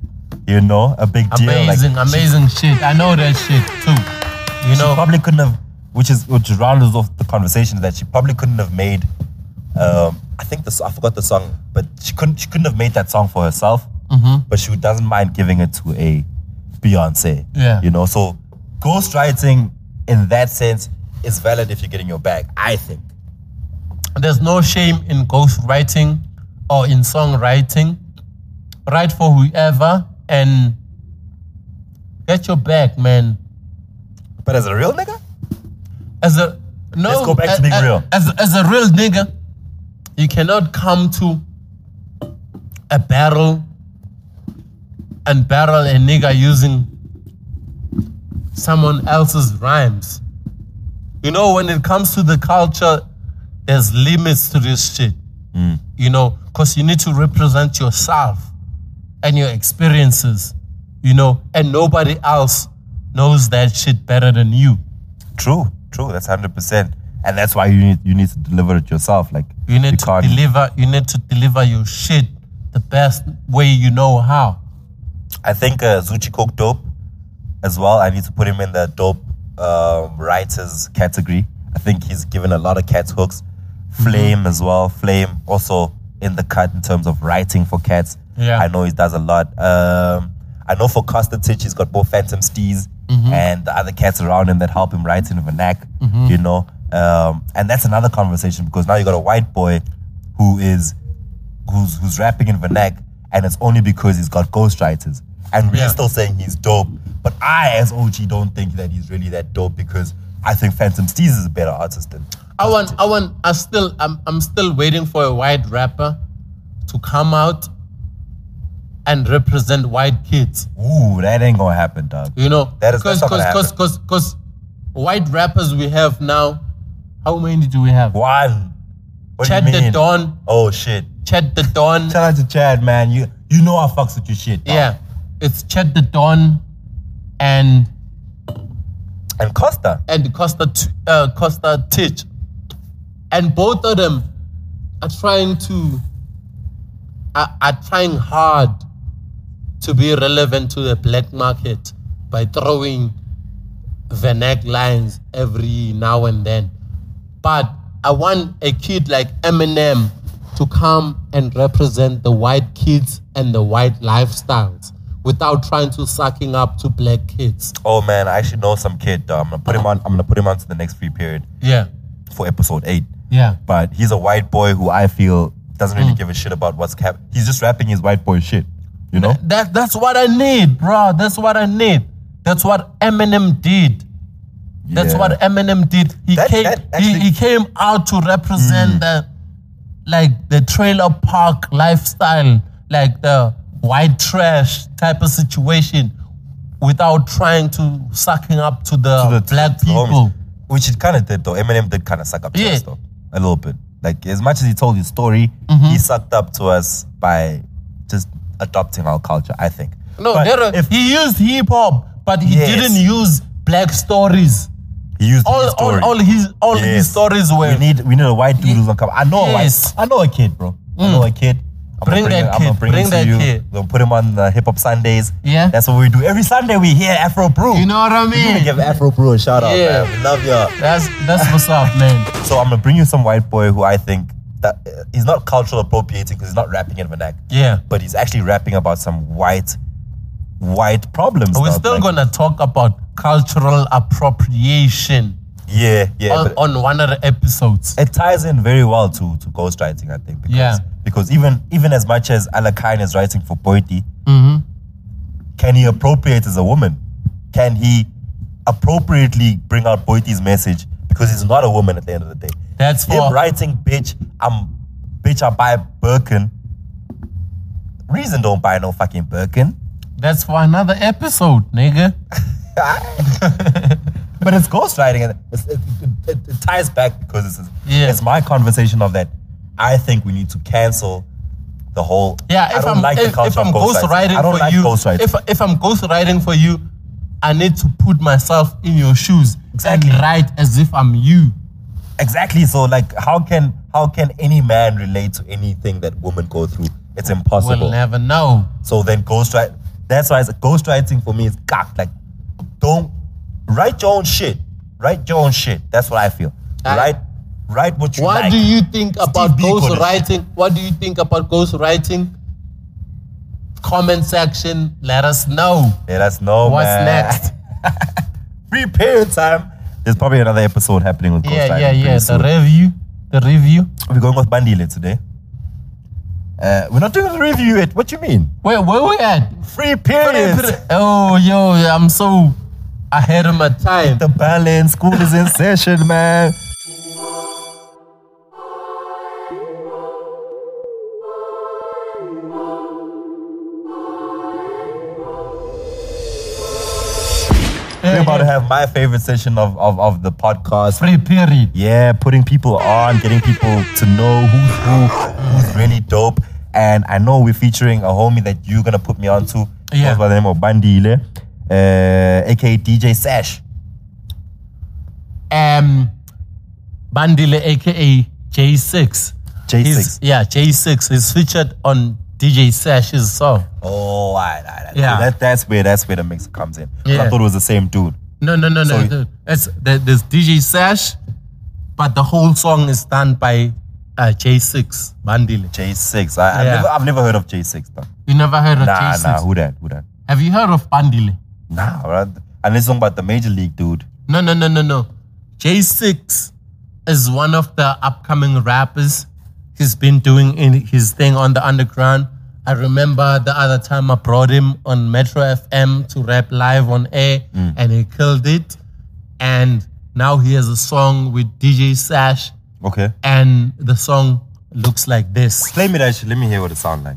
Speaker 2: you know, a big deal. Like,
Speaker 1: Amazing,
Speaker 2: she-
Speaker 1: amazing shit. I know that shit too. You
Speaker 2: she
Speaker 1: know,
Speaker 2: probably couldn't have, which is which rounds off the conversation that she probably couldn't have made. Um, I think this I forgot the song, but she couldn't she couldn't have made that song for herself.
Speaker 1: Mm-hmm.
Speaker 2: But she doesn't mind giving it to a Beyonce.
Speaker 1: Yeah.
Speaker 2: you know. So ghostwriting in that sense is valid if you're getting your bag. I think.
Speaker 1: there's no shame in ghostwriting or in songwriting. Write for whoever and get your back, man.
Speaker 2: But as a real nigga,
Speaker 1: As a no,
Speaker 2: Let's go back to
Speaker 1: a-
Speaker 2: being
Speaker 1: a-
Speaker 2: real.
Speaker 1: As as a real nigga, you cannot come to a barrel and barrel a nigga using someone else's rhymes. You know, when it comes to the culture, there's limits to this shit.
Speaker 2: Mm.
Speaker 1: You know, because you need to represent yourself and your experiences, you know, and nobody else knows that shit better than you.
Speaker 2: True, true. That's hundred percent, and that's why you need you need to deliver it yourself. Like
Speaker 1: You need to deliver. You need to deliver your shit the best way you know how.
Speaker 2: I think uh, Zuchi Coke Dope as well. I need to put him in the dope um, writers category. I think he's given a lot of cats hooks. Flame as well. Flame also in the cut in terms of writing for cats.
Speaker 1: Yeah.
Speaker 2: I know he does a lot. Um, I know for Kostatich, he's got both Phantom Steez and the other cats around him that help him write in Vernac, you know. Um, and that's another conversation because now you got a white boy who is who's who's rapping in Vernac, and it's only because he's got ghostwriters. And we're
Speaker 1: Yeah.
Speaker 2: still saying he's dope. But I, as OG, don't think that he's really that dope because I think Phantom Steez is a better artist than.
Speaker 1: I want. I want. I still. I'm. I'm still waiting for a white rapper to come out and represent white kids.
Speaker 2: Ooh, that ain't gonna happen, dog.
Speaker 1: You know,
Speaker 2: That is- that's not gonna
Speaker 1: because because because white rappers we have now. How many do we have?
Speaker 2: One. What
Speaker 1: Chad
Speaker 2: do you
Speaker 1: the
Speaker 2: mean?
Speaker 1: Don,
Speaker 2: Oh shit.
Speaker 1: Chad the Don.
Speaker 2: Shout out to Chad, man. You you know I fucks with your shit. dog.
Speaker 1: Yeah, it's Chad the Don, and
Speaker 2: And Costa.
Speaker 1: and Costa T- uh, Costa Titch. And both of them are trying to are, are trying hard to be relevant to the black market by throwing vernac lines every now and then. But I want a kid like Eminem to come and represent the white kids and the white lifestyles without trying to sucking up to black kids.
Speaker 2: Oh man, I actually know some kid. Dog. I'm gonna put him
Speaker 1: Uh-huh.
Speaker 2: on. I'm gonna put him on to the next free period
Speaker 1: Yeah.
Speaker 2: for episode eight.
Speaker 1: Yeah.
Speaker 2: but he's a white boy who I feel doesn't
Speaker 1: Hmm.
Speaker 2: really give a shit about what's cap. He's just rapping his white boy shit, you know.
Speaker 1: That that's what I need, bro. That's what I need. That's what Eminem did. That's
Speaker 2: Yeah.
Speaker 1: what Eminem did. He
Speaker 2: That-
Speaker 1: came
Speaker 2: that
Speaker 1: he,
Speaker 2: actually- Mm.
Speaker 1: he came out to represent the like the trailer park lifestyle, like the white trash type of situation without trying to sucking up to the,
Speaker 2: To the- to
Speaker 1: black
Speaker 2: the homies.
Speaker 1: people.
Speaker 2: which it kind of did though. Eminem did kind of suck up to
Speaker 1: Yeah.
Speaker 2: us though, a little bit. Like as much as he told his story,
Speaker 1: Mm-hmm.
Speaker 2: he sucked up to us by just adopting our culture. I think.
Speaker 1: No,
Speaker 2: But
Speaker 1: there are-
Speaker 2: if
Speaker 1: he used hip hop, but he
Speaker 2: Yes.
Speaker 1: didn't use black stories.
Speaker 2: he used
Speaker 1: All
Speaker 2: his story,
Speaker 1: all all his all
Speaker 2: Yes.
Speaker 1: his stories were
Speaker 2: We need we need a white dude who's gonna come. I know
Speaker 1: Yes. Mm.
Speaker 2: a white. I know a kid, bro. I know a kid. I'm gonna
Speaker 1: Bring that
Speaker 2: him- I'm gonna
Speaker 1: kid.
Speaker 2: him
Speaker 1: Bring
Speaker 2: to
Speaker 1: that
Speaker 2: you.
Speaker 1: kid.
Speaker 2: We'll put him on the hip hop Sundays.
Speaker 1: Yeah.
Speaker 2: that's what we do every Sunday. We hear Afro Brew.
Speaker 1: You know what I mean?
Speaker 2: We're gonna give Afro Brew a shout out.
Speaker 1: Yeah.
Speaker 2: man. We love y'all.
Speaker 1: That's that's what's up, man.
Speaker 2: So I'm gonna bring you some white boy who I think that uh, he's not cultural appropriating because he's not rapping in vernac.
Speaker 1: Yeah.
Speaker 2: but he's actually rapping about some white, white problems.
Speaker 1: We're
Speaker 2: dog.
Speaker 1: still
Speaker 2: Like,
Speaker 1: gonna talk about cultural appropriation
Speaker 2: Yeah, yeah.
Speaker 1: on,
Speaker 2: but-
Speaker 1: on one of the episodes.
Speaker 2: it ties in very well to to ghostwriting, I think. Because,
Speaker 1: Yeah.
Speaker 2: Because even even as much as Alakine is writing for Poiti,
Speaker 1: Mm-hmm.
Speaker 2: can he appropriate as a woman? Can he appropriately bring out Poiti's message? Because he's not a woman at the end of the day.
Speaker 1: That's
Speaker 2: him
Speaker 1: for-
Speaker 2: writing, bitch. I'm bitch. I buy Birkin. Reason don't buy no fucking Birkin.
Speaker 1: That's for another episode, nigga.
Speaker 2: But it's ghostwriting, and it's, it, it, it, it ties back because it's,
Speaker 1: Yeah.
Speaker 2: it's my conversation of that. I think we need to cancel the whole.
Speaker 1: Yeah,
Speaker 2: I
Speaker 1: if
Speaker 2: don't
Speaker 1: I'm
Speaker 2: like the
Speaker 1: if,
Speaker 2: culture
Speaker 1: if
Speaker 2: of
Speaker 1: I'm
Speaker 2: ghostwriting.
Speaker 1: ghostwriting
Speaker 2: I don't
Speaker 1: for
Speaker 2: like
Speaker 1: you,
Speaker 2: ghostwriting.
Speaker 1: if if I'm ghostwriting for you, I need to put myself in your shoes
Speaker 2: Exactly.
Speaker 1: and write as if I'm you.
Speaker 2: Exactly. So like, how can how can any man relate to anything that women go through? It's impossible.
Speaker 1: We'll never know.
Speaker 2: So then ghostwrite. That's why it's ghostwriting for me is cock. Like, don't write your own shit. Write your own shit. That's what I feel.
Speaker 1: I-
Speaker 2: write, write what you
Speaker 1: What
Speaker 2: like.
Speaker 1: do you think about
Speaker 2: B called it.
Speaker 1: ghostwriting? What do you think about ghostwriting? Comment section, let us know.
Speaker 2: Let us know.
Speaker 1: What's
Speaker 2: man.
Speaker 1: next?
Speaker 2: Free period time. There's probably another episode happening with ghostwriting.
Speaker 1: Yeah, yeah,
Speaker 2: pretty
Speaker 1: yeah. The
Speaker 2: soon.
Speaker 1: review. The review.
Speaker 2: we're going with Bandile today. Uh, we're not doing the review yet. What you mean?
Speaker 1: Where where we at?
Speaker 2: Free period.
Speaker 1: Oh yo, I'm so ahead of my time.
Speaker 2: The balance. School is in session, man. We're about to have my favorite session of, of, of the podcast.
Speaker 1: Free period.
Speaker 2: Yeah, putting people on, getting people to know who's who, who's really dope. And I know we're featuring a homie that you're gonna put me onto.
Speaker 1: Yeah.
Speaker 2: Goes by the name of Bandile, uh, aka DJ Sash.
Speaker 1: um Bandile aka J6.
Speaker 2: J6.
Speaker 1: He's- yeah, J6 is featured on DJ Sash's song.
Speaker 2: Oh, all right, all right.
Speaker 1: Yeah.
Speaker 2: So that, that's where that's where the mix comes in. 'Cause I
Speaker 1: Yeah.
Speaker 2: thought it was the same dude.
Speaker 1: No, no, no, no.
Speaker 2: So-
Speaker 1: no. It's there, there's DJ Sash, but the whole song is done by uh, J6 Bandile.
Speaker 2: J6. I, I've,
Speaker 1: Yeah.
Speaker 2: never, I've never heard of J6 though.
Speaker 1: You never heard of
Speaker 2: Nah,
Speaker 1: J6?
Speaker 2: nah, who that? Who that?
Speaker 1: Have you heard of Bandile?
Speaker 2: Nah, right? And this song about the major league dude.
Speaker 1: No, no, no, no, no. J6 is one of the upcoming rappers. He's been doing in his thing on the underground. I remember the other time I brought him on Metro FM to rap live on air
Speaker 2: Mm.
Speaker 1: and he killed it. And now he has a song with DJ Sash
Speaker 2: Okay.
Speaker 1: and the song looks like this.
Speaker 2: Play me that shit. Let me hear what it sound like.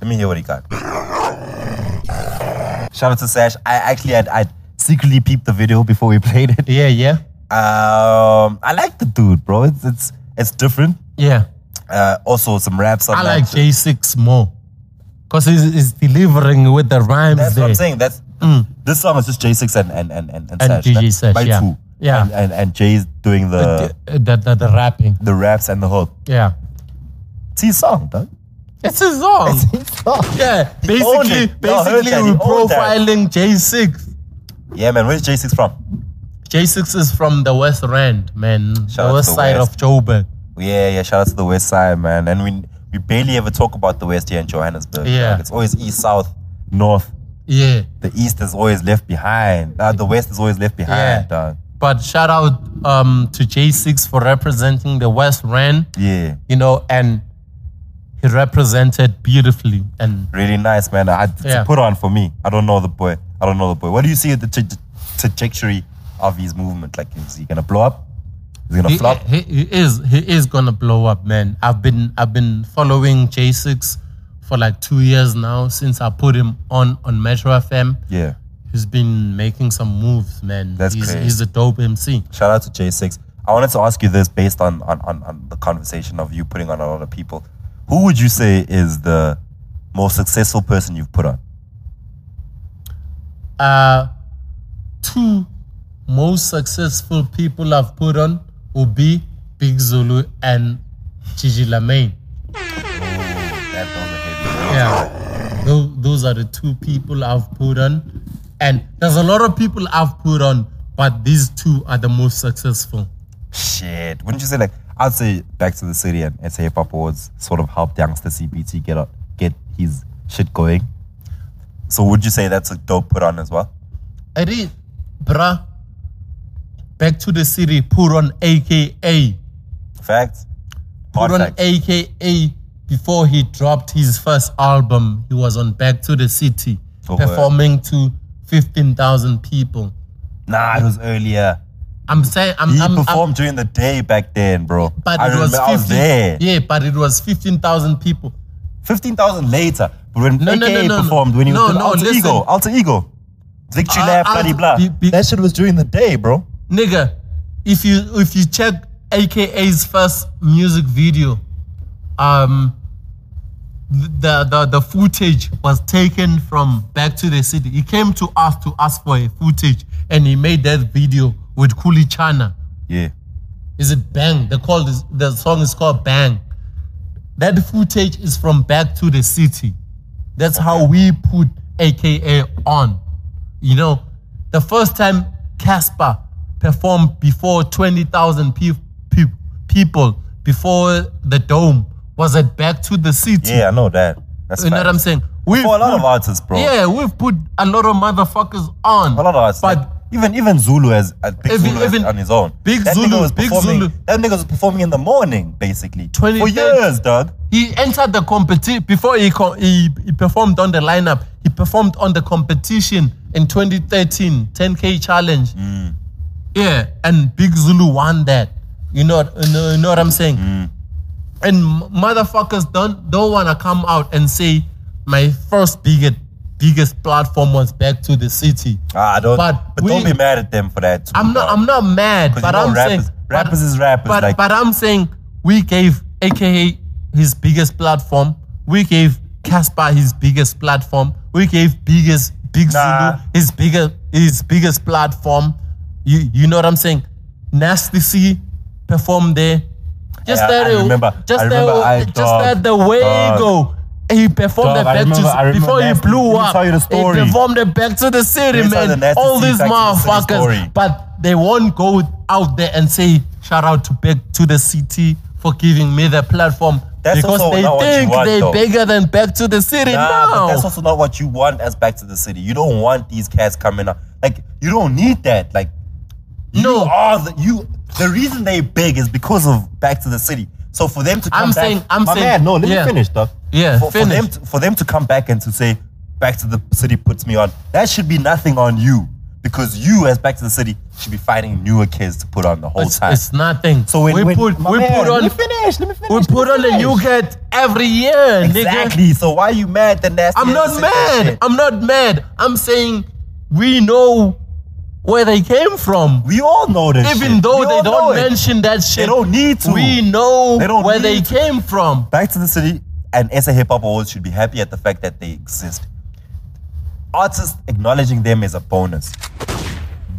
Speaker 2: Let me hear what he got. Shout out to Sash. I actually had I secretly peeped the video before we played it.
Speaker 1: Yeah, yeah.
Speaker 2: Um, I like the dude, bro. It's it's, it's different.
Speaker 1: Yeah.
Speaker 2: Uh, also some raps. on
Speaker 1: I
Speaker 2: that
Speaker 1: like
Speaker 2: shit.
Speaker 1: J6 more. Cause he's, he's delivering with the rhymes
Speaker 2: That's
Speaker 1: there.
Speaker 2: what I'm saying. That's this song is just J6 and and and and,
Speaker 1: Mm. And
Speaker 2: Sash.
Speaker 1: DJ
Speaker 2: That's
Speaker 1: Sash,
Speaker 2: by
Speaker 1: yeah.
Speaker 2: two.
Speaker 1: Yeah.
Speaker 2: And, and and Jay's doing the
Speaker 1: the, the, the, the rapping.
Speaker 2: the raps and the hook.
Speaker 1: Yeah.
Speaker 2: It's his song, dog.
Speaker 1: It's his song.
Speaker 2: It's his song.
Speaker 1: yeah.
Speaker 2: He owned
Speaker 1: Basically,
Speaker 2: it. Y'all heard
Speaker 1: basically
Speaker 2: that. He
Speaker 1: we're
Speaker 2: owned that.
Speaker 1: profiling J6.
Speaker 2: Yeah, man. Where's J6 from?
Speaker 1: J6 is from the West Rand, man.
Speaker 2: Shout out
Speaker 1: the
Speaker 2: to
Speaker 1: west
Speaker 2: the
Speaker 1: side
Speaker 2: West.
Speaker 1: of Joburg.
Speaker 2: Yeah, yeah. Shout out to the West Side, man. And we we barely ever talk about the West here in Johannesburg.
Speaker 1: Yeah.
Speaker 2: dog. it's always East, South, North.
Speaker 1: Yeah.
Speaker 2: The East is always left behind. Uh, the West is always left behind,
Speaker 1: Yeah.
Speaker 2: dog.
Speaker 1: But shout out um, to J6 for representing the West Rand,
Speaker 2: Yeah.
Speaker 1: you know, and he represented beautifully. And
Speaker 2: Really nice, man. I had
Speaker 1: Yeah.
Speaker 2: to put on for me. I don't know the boy. I don't know the boy. What do you see at the tra- trajectory of his movement? Like, is he gonna blow up? Is he gonna
Speaker 1: he,
Speaker 2: flop?
Speaker 1: he, he is he is gonna blow up, man. I've been I've been following J6 for like two years now since I put him on on Metro FM.
Speaker 2: Yeah.
Speaker 1: He's been making some moves, man.
Speaker 2: That's
Speaker 1: he's,
Speaker 2: crazy.
Speaker 1: he's a dope MC.
Speaker 2: Shout out to J6. I wanted to ask you this based on on, on on the conversation of you putting on a lot of people. Who would you say is the most successful person you've put on?
Speaker 1: Uh, two most successful people I've put on will be Big Zulu and Gigi Lamaine.
Speaker 2: That was a heavy one.
Speaker 1: Yeah, those, those are the two people I've put on, and there's a lot of people I've put on, but these two are the most successful.
Speaker 2: Shit. Wouldn't you say like I'd say Back to the City and SA Hip Hop Awards sort of helped youngster CBT get out, get his shit going. So would you say that's a dope put on as well?
Speaker 1: I did, bruh. Back to the city, put on AKA.
Speaker 2: Facts?
Speaker 1: put
Speaker 2: Hard
Speaker 1: on
Speaker 2: facts.
Speaker 1: AKA before he dropped his first album. He was on Back to the City,
Speaker 2: Oh, yeah.
Speaker 1: performing to fifteen thousand people.
Speaker 2: nah, it was earlier.
Speaker 1: I'm saying I'm,
Speaker 2: He
Speaker 1: I'm, I'm-
Speaker 2: performed during the day back then, bro.
Speaker 1: but
Speaker 2: I
Speaker 1: it was
Speaker 2: remember
Speaker 1: 15,
Speaker 2: I was there.
Speaker 1: Yeah, but it was fifteen thousand people.
Speaker 2: Fifteen thousand later, but when
Speaker 1: No, no,
Speaker 2: AKA
Speaker 1: no, no, no.
Speaker 2: performed, when he
Speaker 1: No,
Speaker 2: was doing
Speaker 1: no,
Speaker 2: alter
Speaker 1: listen.
Speaker 2: ego, alter ego, victory
Speaker 1: Uh,
Speaker 2: lap,
Speaker 1: Alter-
Speaker 2: bloody blah.
Speaker 1: be- be-
Speaker 2: that shit was during the day, bro.
Speaker 1: Nigga, if you if you check AKA's first music video, um, the, the, the footage was taken from Back to the City. He came to us to ask for a footage and he made that video with Kuli Chana.
Speaker 2: Yeah.
Speaker 1: Is it Bang? The, call is, the song is called Bang. That footage is from Back to the City. That's how we put AKA on. You know, the first time Casper performed before 20,000 peop peop- people before the dome was at Back to the City.
Speaker 2: Yeah, I know that. That's
Speaker 1: You know what I'm saying? We've
Speaker 2: For a lot
Speaker 1: put-
Speaker 2: of artists, bro.
Speaker 1: Yeah, we've put a lot of motherfuckers on.
Speaker 2: A lot of artists.
Speaker 1: But
Speaker 2: Like, even even Zulu has uh, Big
Speaker 1: Even-
Speaker 2: Zulu has
Speaker 1: even
Speaker 2: on his own.
Speaker 1: Big
Speaker 2: that
Speaker 1: Zulu,
Speaker 2: nigga was
Speaker 1: Big
Speaker 2: performing,
Speaker 1: Zulu.
Speaker 2: That nigga was performing in the morning, basically.
Speaker 1: 20
Speaker 2: for years, dog.
Speaker 1: he entered the competition before he, co- he he performed on the lineup. He performed on the competition in 2013 10k challenge. Yeah, and Big Zulu won that. You know, you know, you know what I'm saying? And m- motherfuckers don't don't want to come out and say my first biggest biggest platform was back to the city.
Speaker 2: Ah, don't.
Speaker 1: But
Speaker 2: But,
Speaker 1: we-
Speaker 2: don't be mad at them for that. Too,
Speaker 1: I'm not.
Speaker 2: dog.
Speaker 1: I'm not mad,
Speaker 2: 'Cause
Speaker 1: but
Speaker 2: you know
Speaker 1: I'm
Speaker 2: rappers-
Speaker 1: saying
Speaker 2: rappers
Speaker 1: but,
Speaker 2: is rappers,
Speaker 1: But,
Speaker 2: like-
Speaker 1: but I'm saying we gave AKA his biggest platform. We gave Casper his biggest platform. We gave biggest Big Zulu
Speaker 2: Nah.
Speaker 1: his bigger his biggest platform. You you know what I'm saying? Nasty C performed there. Just
Speaker 2: Yeah,
Speaker 1: that
Speaker 2: I remember-
Speaker 1: Just
Speaker 2: I remember
Speaker 1: that.
Speaker 2: I-
Speaker 1: just
Speaker 2: dog,
Speaker 1: that the way
Speaker 2: dog.
Speaker 1: go. He performed
Speaker 2: Dog,
Speaker 1: that
Speaker 2: I
Speaker 1: back
Speaker 2: remember- I
Speaker 1: to
Speaker 2: remember
Speaker 1: before he
Speaker 2: Nasty-
Speaker 1: blew
Speaker 2: let me
Speaker 1: up.
Speaker 2: tell you the story.
Speaker 1: He performed it back to the city,
Speaker 2: Let me tell you
Speaker 1: man.
Speaker 2: the Nasty
Speaker 1: All
Speaker 2: C
Speaker 1: these
Speaker 2: back to the city story.
Speaker 1: motherfuckers but they won't go out there and say shout out to back to the city for giving me the platform
Speaker 2: That's
Speaker 1: because
Speaker 2: also
Speaker 1: they
Speaker 2: not what you
Speaker 1: think
Speaker 2: want,
Speaker 1: they're
Speaker 2: though.
Speaker 1: bigger than back to the city
Speaker 2: Nah, but
Speaker 1: now.
Speaker 2: that's also not what you want as back to the city. You don't want these cats coming up. Like you don't need that. Like you
Speaker 1: No.
Speaker 2: are the you. The reason they big is because of back to the city. So for them to come
Speaker 1: I'm
Speaker 2: back,
Speaker 1: saying- I'm
Speaker 2: my
Speaker 1: saying-
Speaker 2: man, no, let
Speaker 1: yeah.
Speaker 2: me finish, dog.
Speaker 1: Yeah,
Speaker 2: for, for them
Speaker 1: finish.
Speaker 2: to, for them to come back and to say back to the city puts me on. That should be nothing on you because you as back to the city should be finding newer kids to put on the whole
Speaker 1: it's,
Speaker 2: time.
Speaker 1: it's nothing.
Speaker 2: so when,
Speaker 1: we
Speaker 2: when-
Speaker 1: put
Speaker 2: my
Speaker 1: we
Speaker 2: man,
Speaker 1: put
Speaker 2: let
Speaker 1: on
Speaker 2: me finish, let me finish,
Speaker 1: we
Speaker 2: let me
Speaker 1: put on a new
Speaker 2: finish.
Speaker 1: cat every year. Nigga.
Speaker 2: Exactly. So why are you mad that nasty?
Speaker 1: I'm
Speaker 2: has
Speaker 1: not
Speaker 2: to sit there and
Speaker 1: mad.
Speaker 2: shit?
Speaker 1: I'm not mad. I'm saying we know where they came from.
Speaker 2: We all know this.
Speaker 1: Even
Speaker 2: shit.
Speaker 1: though
Speaker 2: We
Speaker 1: they
Speaker 2: all know
Speaker 1: don't
Speaker 2: it.
Speaker 1: mention that shit,
Speaker 2: don't need to.
Speaker 1: We know
Speaker 2: They don't
Speaker 1: where they
Speaker 2: need to.
Speaker 1: came from.
Speaker 2: Back to the city and SA Hip Hop Awards should be happy at the fact that they exist. Artists acknowledging them is a bonus.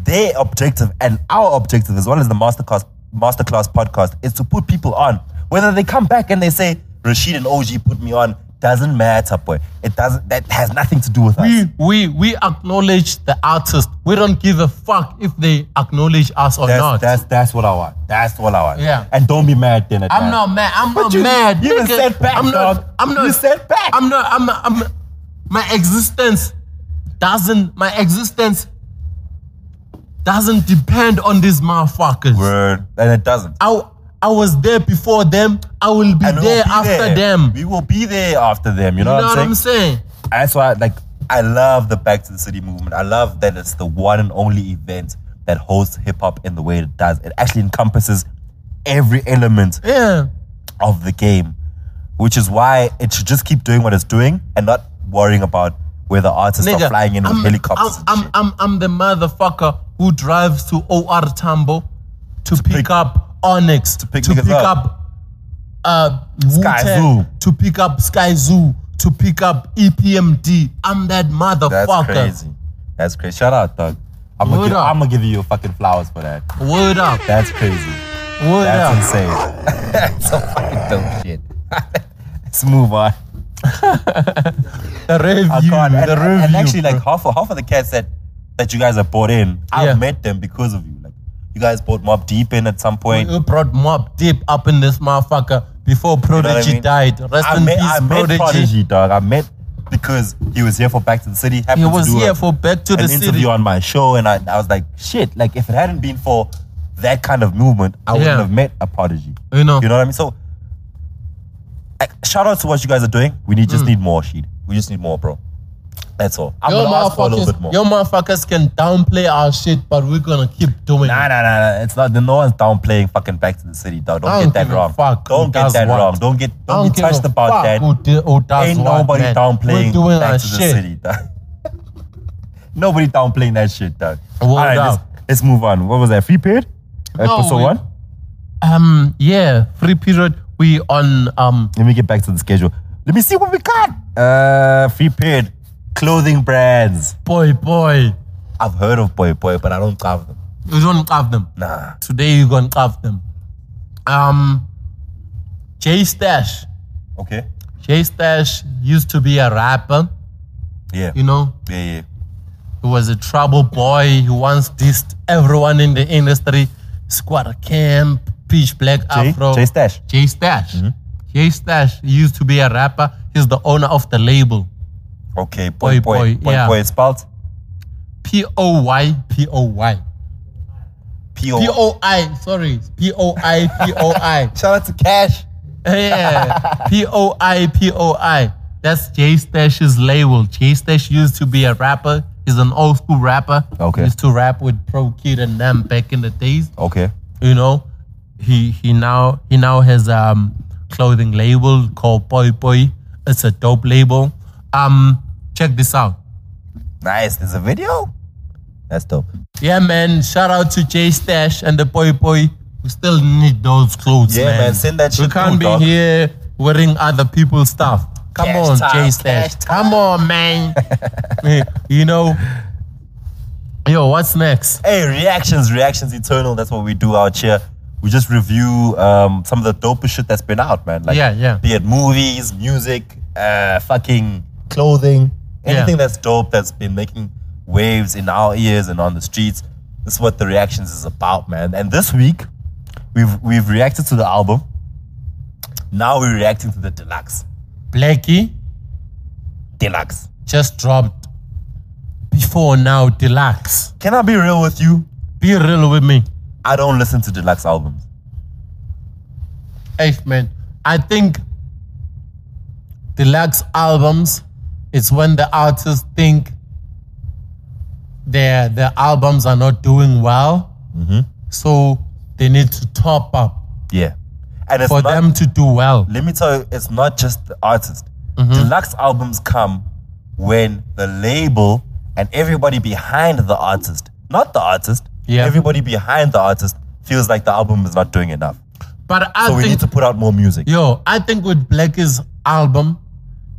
Speaker 2: Their objective and our objective, as well as the masterclass masterclass podcast, is to put people on. Whether they come back and they say Rashid and OG put me on doesn't matter, boy. It doesn't. That has nothing to do with us.
Speaker 1: we we we acknowledge the artist. We don't give a fuck if they acknowledge us or
Speaker 2: that's,
Speaker 1: not.
Speaker 2: that's that's what I want. That's what I want.
Speaker 1: Yeah.
Speaker 2: And don't be mad then. At
Speaker 1: I'm
Speaker 2: that.
Speaker 1: not mad. I'm
Speaker 2: But
Speaker 1: not
Speaker 2: you-
Speaker 1: mad.
Speaker 2: you even
Speaker 1: nigga.
Speaker 2: said back,
Speaker 1: I'm not.
Speaker 2: dog.
Speaker 1: I'm not.
Speaker 2: You said back.
Speaker 1: I'm not. I'm. not- I'm. My existence doesn't. My existence doesn't depend on these motherfuckers.
Speaker 2: Word. And it doesn't.
Speaker 1: I I was there before them. I will be
Speaker 2: And we'll
Speaker 1: there
Speaker 2: be
Speaker 1: after
Speaker 2: there.
Speaker 1: them.
Speaker 2: We will be there after them. You
Speaker 1: You
Speaker 2: know, what, I'm saying?
Speaker 1: saying?
Speaker 2: That's why, like, I love the Back to the City movement. I love that it's the one and only event that hosts hip hop in the way it does. It actually encompasses every element
Speaker 1: Yeah.
Speaker 2: of the game, which is why it should just keep doing what it's doing and not worrying about whether artists are flying in with helicopters.
Speaker 1: I'm,
Speaker 2: and
Speaker 1: I'm,
Speaker 2: shit.
Speaker 1: I'm, I'm the motherfucker who drives to OR Tambo to, pick,
Speaker 2: pick-
Speaker 1: up Onyx, to
Speaker 2: pick
Speaker 1: to
Speaker 2: niggas
Speaker 1: pick
Speaker 2: up.
Speaker 1: up uh,
Speaker 2: Sky
Speaker 1: Wu-Tang,
Speaker 2: Zoo.
Speaker 1: to pick up Sky Zoo, to pick up E EPMD. I'm that
Speaker 2: That's
Speaker 1: motherfucker.
Speaker 2: crazy. That's crazy. Shout out, dog. I'm
Speaker 1: Word
Speaker 2: gonna, give,
Speaker 1: up.
Speaker 2: I'm gonna give you your fucking flowers for that.
Speaker 1: Word up,
Speaker 2: That's crazy.
Speaker 1: word
Speaker 2: That's
Speaker 1: up.
Speaker 2: insane. That's so fucking dumb shit. Let's move on.
Speaker 1: The review,
Speaker 2: I can't. And,
Speaker 1: the review.
Speaker 2: and actually,
Speaker 1: bro.
Speaker 2: like half of half of the cats that that you guys have brought in, I've
Speaker 1: Yeah.
Speaker 2: met them because of you. Like you guys brought Mob Deep in at some point.
Speaker 1: You brought Mob Deep up in this motherfucker before
Speaker 2: You know what I
Speaker 1: Prodigy
Speaker 2: mean?
Speaker 1: died. Rest
Speaker 2: I
Speaker 1: in
Speaker 2: met,
Speaker 1: peace,
Speaker 2: I met
Speaker 1: Prodigy.
Speaker 2: Prodigy, dog. I met because he was here for Back to the City. Happened
Speaker 1: He
Speaker 2: to
Speaker 1: was
Speaker 2: do a-
Speaker 1: here for Back to
Speaker 2: an
Speaker 1: the
Speaker 2: interview
Speaker 1: City.
Speaker 2: on my show, and I, I was like, shit. Like if it hadn't been for that kind of movement, I wouldn't
Speaker 1: Yeah.
Speaker 2: have met a Prodigy.
Speaker 1: You know.
Speaker 2: You know what I mean? So, I- shout out to what you guys are doing. We need
Speaker 1: Mm.
Speaker 2: just need more, Sheed. We just need more, bro. That's all. I'm
Speaker 1: your
Speaker 2: gonna ask for a little
Speaker 1: motherfuckers,
Speaker 2: bit more.
Speaker 1: your motherfuckers can downplay our shit, but we're gonna keep doing
Speaker 2: Nah,
Speaker 1: it.
Speaker 2: nah, nah, nah. It's not. No one's downplaying fucking Back to the City, dog. Don't,
Speaker 1: I don't
Speaker 2: get
Speaker 1: give
Speaker 2: that
Speaker 1: a
Speaker 2: wrong.
Speaker 1: fuck who
Speaker 2: don't get
Speaker 1: does
Speaker 2: that
Speaker 1: what.
Speaker 2: wrong. Don't get.
Speaker 1: I
Speaker 2: Don't be
Speaker 1: give a
Speaker 2: touched about
Speaker 1: fuck
Speaker 2: that.
Speaker 1: Who di- who does
Speaker 2: Ain't
Speaker 1: what,
Speaker 2: nobody
Speaker 1: man.
Speaker 2: downplaying
Speaker 1: We're doing
Speaker 2: Back
Speaker 1: our
Speaker 2: to the
Speaker 1: shit.
Speaker 2: City, dog. Nobody downplaying that shit, dog.
Speaker 1: Well
Speaker 2: All right, let's,
Speaker 1: done.
Speaker 2: let's move on. What was that? Free period?
Speaker 1: No,
Speaker 2: Episode
Speaker 1: we-
Speaker 2: one?
Speaker 1: Um, yeah, free period. we on um
Speaker 2: Let me get back to the schedule. Let me see what we got. Uh, free period. Clothing brands.
Speaker 1: boy boy.
Speaker 2: I've heard of Boy Boy, but I don't have them.
Speaker 1: You don't have them.
Speaker 2: Nah.
Speaker 1: Today you gonna have them. Um Jay Stash.
Speaker 2: Okay.
Speaker 1: Jay Stash used to be a rapper,
Speaker 2: Yeah.
Speaker 1: you know.
Speaker 2: yeah, yeah.
Speaker 1: He was a trouble boy. He once dissed everyone in the industry. Squatter Camp, Peach Black
Speaker 2: Jay,
Speaker 1: Afro.
Speaker 2: Jay Stash. Mm-hmm.
Speaker 1: Jay Stash. Jay Stash used to be a rapper. He's the owner of the label.
Speaker 2: Okay. Boy
Speaker 1: Boy
Speaker 2: Boy.
Speaker 1: Boy, yeah.
Speaker 2: Boy spelled
Speaker 1: P O Y P O Y.
Speaker 2: P-O.
Speaker 1: P O I, sorry. P O I P O I.
Speaker 2: Shout out to Cash.
Speaker 1: Yeah. P O I P O I. That's Jay Stash's label. Jay Stash used to be a rapper. He's an old school rapper.
Speaker 2: Okay.
Speaker 1: Used to rap with Pro Kid and them back in the days.
Speaker 2: Okay.
Speaker 1: You know, he he now he now has um clothing label called Boy Boy. It's a dope label. Um, check this out.
Speaker 2: Nice. There's a video. That's dope.
Speaker 1: Yeah, man. Shout out to Jay Stash and the Boy Boy. We still need those clothes,
Speaker 2: Yeah,
Speaker 1: man.
Speaker 2: man, send that
Speaker 1: We
Speaker 2: shit
Speaker 1: can't
Speaker 2: through,
Speaker 1: be
Speaker 2: dog.
Speaker 1: here wearing other people's stuff. Come
Speaker 2: Cash
Speaker 1: on,
Speaker 2: time,
Speaker 1: Jay
Speaker 2: cash
Speaker 1: Stash. Come on, man. Eh, you know. Yo, what's next?
Speaker 2: Hey, reactions, reactions eternal. That's what we do out here. We just review um, some of the dopest shit that's been out, man. Like,
Speaker 1: Yeah, yeah.
Speaker 2: Be it movies, music, uh, fucking clothing,
Speaker 1: Yeah.
Speaker 2: anything that's dope that's been making waves in our ears and on the streets. This is what the reactions is about, man. And this week, we've we've reacted to the album. Now we're reacting to the deluxe.
Speaker 1: Blackie
Speaker 2: Deluxe.
Speaker 1: just dropped before now deluxe.
Speaker 2: Can I be real with you?
Speaker 1: Be real with me.
Speaker 2: I don't listen to deluxe albums.
Speaker 1: Hey man, I think deluxe albums is when the artists think their their albums are not doing well,
Speaker 2: Mm-hmm.
Speaker 1: so they need to top up
Speaker 2: Yeah. And it's
Speaker 1: for
Speaker 2: not,
Speaker 1: them to do well.
Speaker 2: let me tell you, it's not just the artist.
Speaker 1: Mm-hmm.
Speaker 2: Deluxe albums come when the label and everybody behind the artist, not the artist,
Speaker 1: Yeah.
Speaker 2: everybody behind the artist feels like the album is not doing enough.
Speaker 1: But I
Speaker 2: So we need
Speaker 1: think
Speaker 2: to put out more music.
Speaker 1: yo, I think with Blackie's album,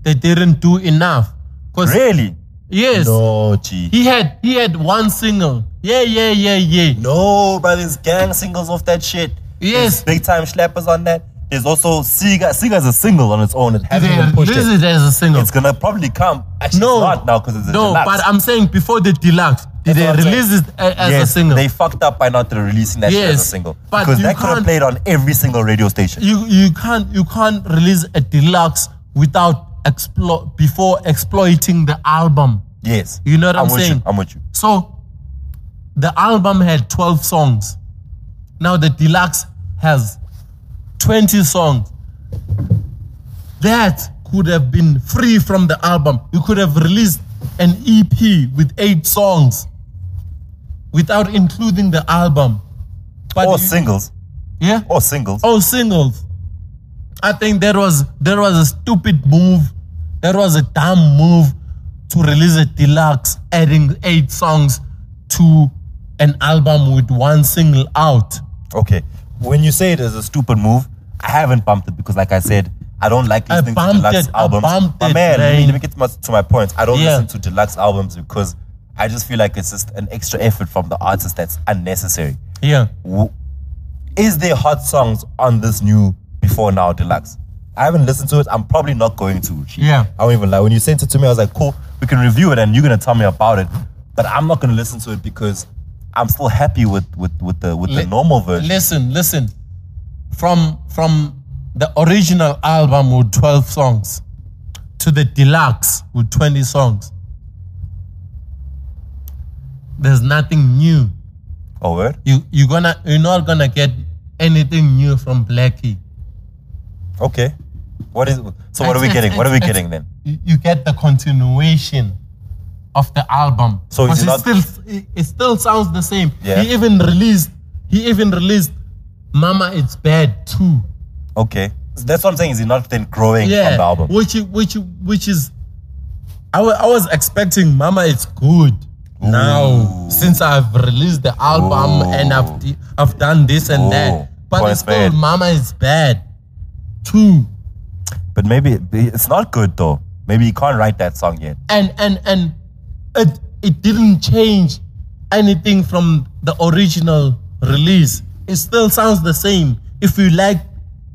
Speaker 1: they didn't do enough. Cause
Speaker 2: Really?
Speaker 1: yes,
Speaker 2: No, G.
Speaker 1: he had he had one single. Yeah, yeah, yeah, yeah.
Speaker 2: No, bro, there's gang singles off that shit.
Speaker 1: Yes.
Speaker 2: There's big time slappers on that. There's also Siga. Siga's a single on its own. It hasn't
Speaker 1: They
Speaker 2: been pushed
Speaker 1: released
Speaker 2: yet.
Speaker 1: it as a single.
Speaker 2: It's gonna probably come. Actually,
Speaker 1: No,
Speaker 2: it's not now because it's a
Speaker 1: no,
Speaker 2: deluxe.
Speaker 1: but I'm saying before the deluxe, did
Speaker 2: That's
Speaker 1: they
Speaker 2: what I'm saying.
Speaker 1: release it a- as
Speaker 2: yes,
Speaker 1: a single?
Speaker 2: They fucked up by not releasing that shit as a
Speaker 1: Yes,
Speaker 2: single.
Speaker 1: but
Speaker 2: because
Speaker 1: you
Speaker 2: that could
Speaker 1: can't-
Speaker 2: have played on every single radio station.
Speaker 1: you you can't you can't release a deluxe without exploit before exploiting the album.
Speaker 2: yes.
Speaker 1: You know what I'm
Speaker 2: with you,
Speaker 1: saying?
Speaker 2: I'm with you.
Speaker 1: So the album had 12 songs. Now the deluxe has 20 songs. That could have been free from the album. You could have released an EP with eight songs without including the album. But
Speaker 2: Or
Speaker 1: you-
Speaker 2: singles.
Speaker 1: yeah,
Speaker 2: Or singles.
Speaker 1: all singles. Oh, I think that was that was a stupid move. That was a dumb move to release a deluxe, adding eight songs to an album with one single out.
Speaker 2: Okay. When you say it is a stupid move, I haven't bumped it because, like I said, I don't like
Speaker 1: I
Speaker 2: listening to
Speaker 1: bumped
Speaker 2: deluxe
Speaker 1: it, I
Speaker 2: albums.
Speaker 1: bumped
Speaker 2: but
Speaker 1: it,
Speaker 2: man, let me,
Speaker 1: man.
Speaker 2: let me get to my, to my point. I don't
Speaker 1: Yeah.
Speaker 2: listen to deluxe albums because I just feel like it's just an extra effort from the artist that's unnecessary.
Speaker 1: Yeah.
Speaker 2: W- Is there hot songs on this new Before Now Deluxe? I haven't listened to it. I'm probably not going to. Rishi.
Speaker 1: Yeah.
Speaker 2: I won't even lie. When you sent it to me, I was like, cool, we can review it and you're gonna tell me about it. But I'm not gonna listen to it because I'm still happy with with, with the with the
Speaker 1: Li-
Speaker 2: normal version.
Speaker 1: Listen, listen. From from the original album with 12 songs to the deluxe with 20 songs. There's nothing new.
Speaker 2: oh word?
Speaker 1: you you gonna you're not gonna get anything new from Blackie.
Speaker 2: Okay. What is so what are we
Speaker 1: It's-
Speaker 2: getting?
Speaker 1: it's-
Speaker 2: What are we
Speaker 1: it's-
Speaker 2: getting then?
Speaker 1: You, you get the continuation of the album.
Speaker 2: So it's
Speaker 1: 'Cause it
Speaker 2: not-
Speaker 1: still it, it still sounds the same.
Speaker 2: Yeah.
Speaker 1: He even released he even released Mama It's Bad too.
Speaker 2: Okay. That's what I'm saying. Is it not then growing on the album?
Speaker 1: Which is- which is- which is I wa- I was expecting Mama It's Good. Now,
Speaker 2: Ooh.
Speaker 1: since I've released the album and I've, d- I've done this and
Speaker 2: Ooh.
Speaker 1: that, but
Speaker 2: Well,
Speaker 1: it's
Speaker 2: it's bad.
Speaker 1: called Mama It's Bad. Two.
Speaker 2: But maybe it's not good though. Maybe you can't write that song yet.
Speaker 1: and and and it it didn't change anything from the original release. It still sounds the same. If you like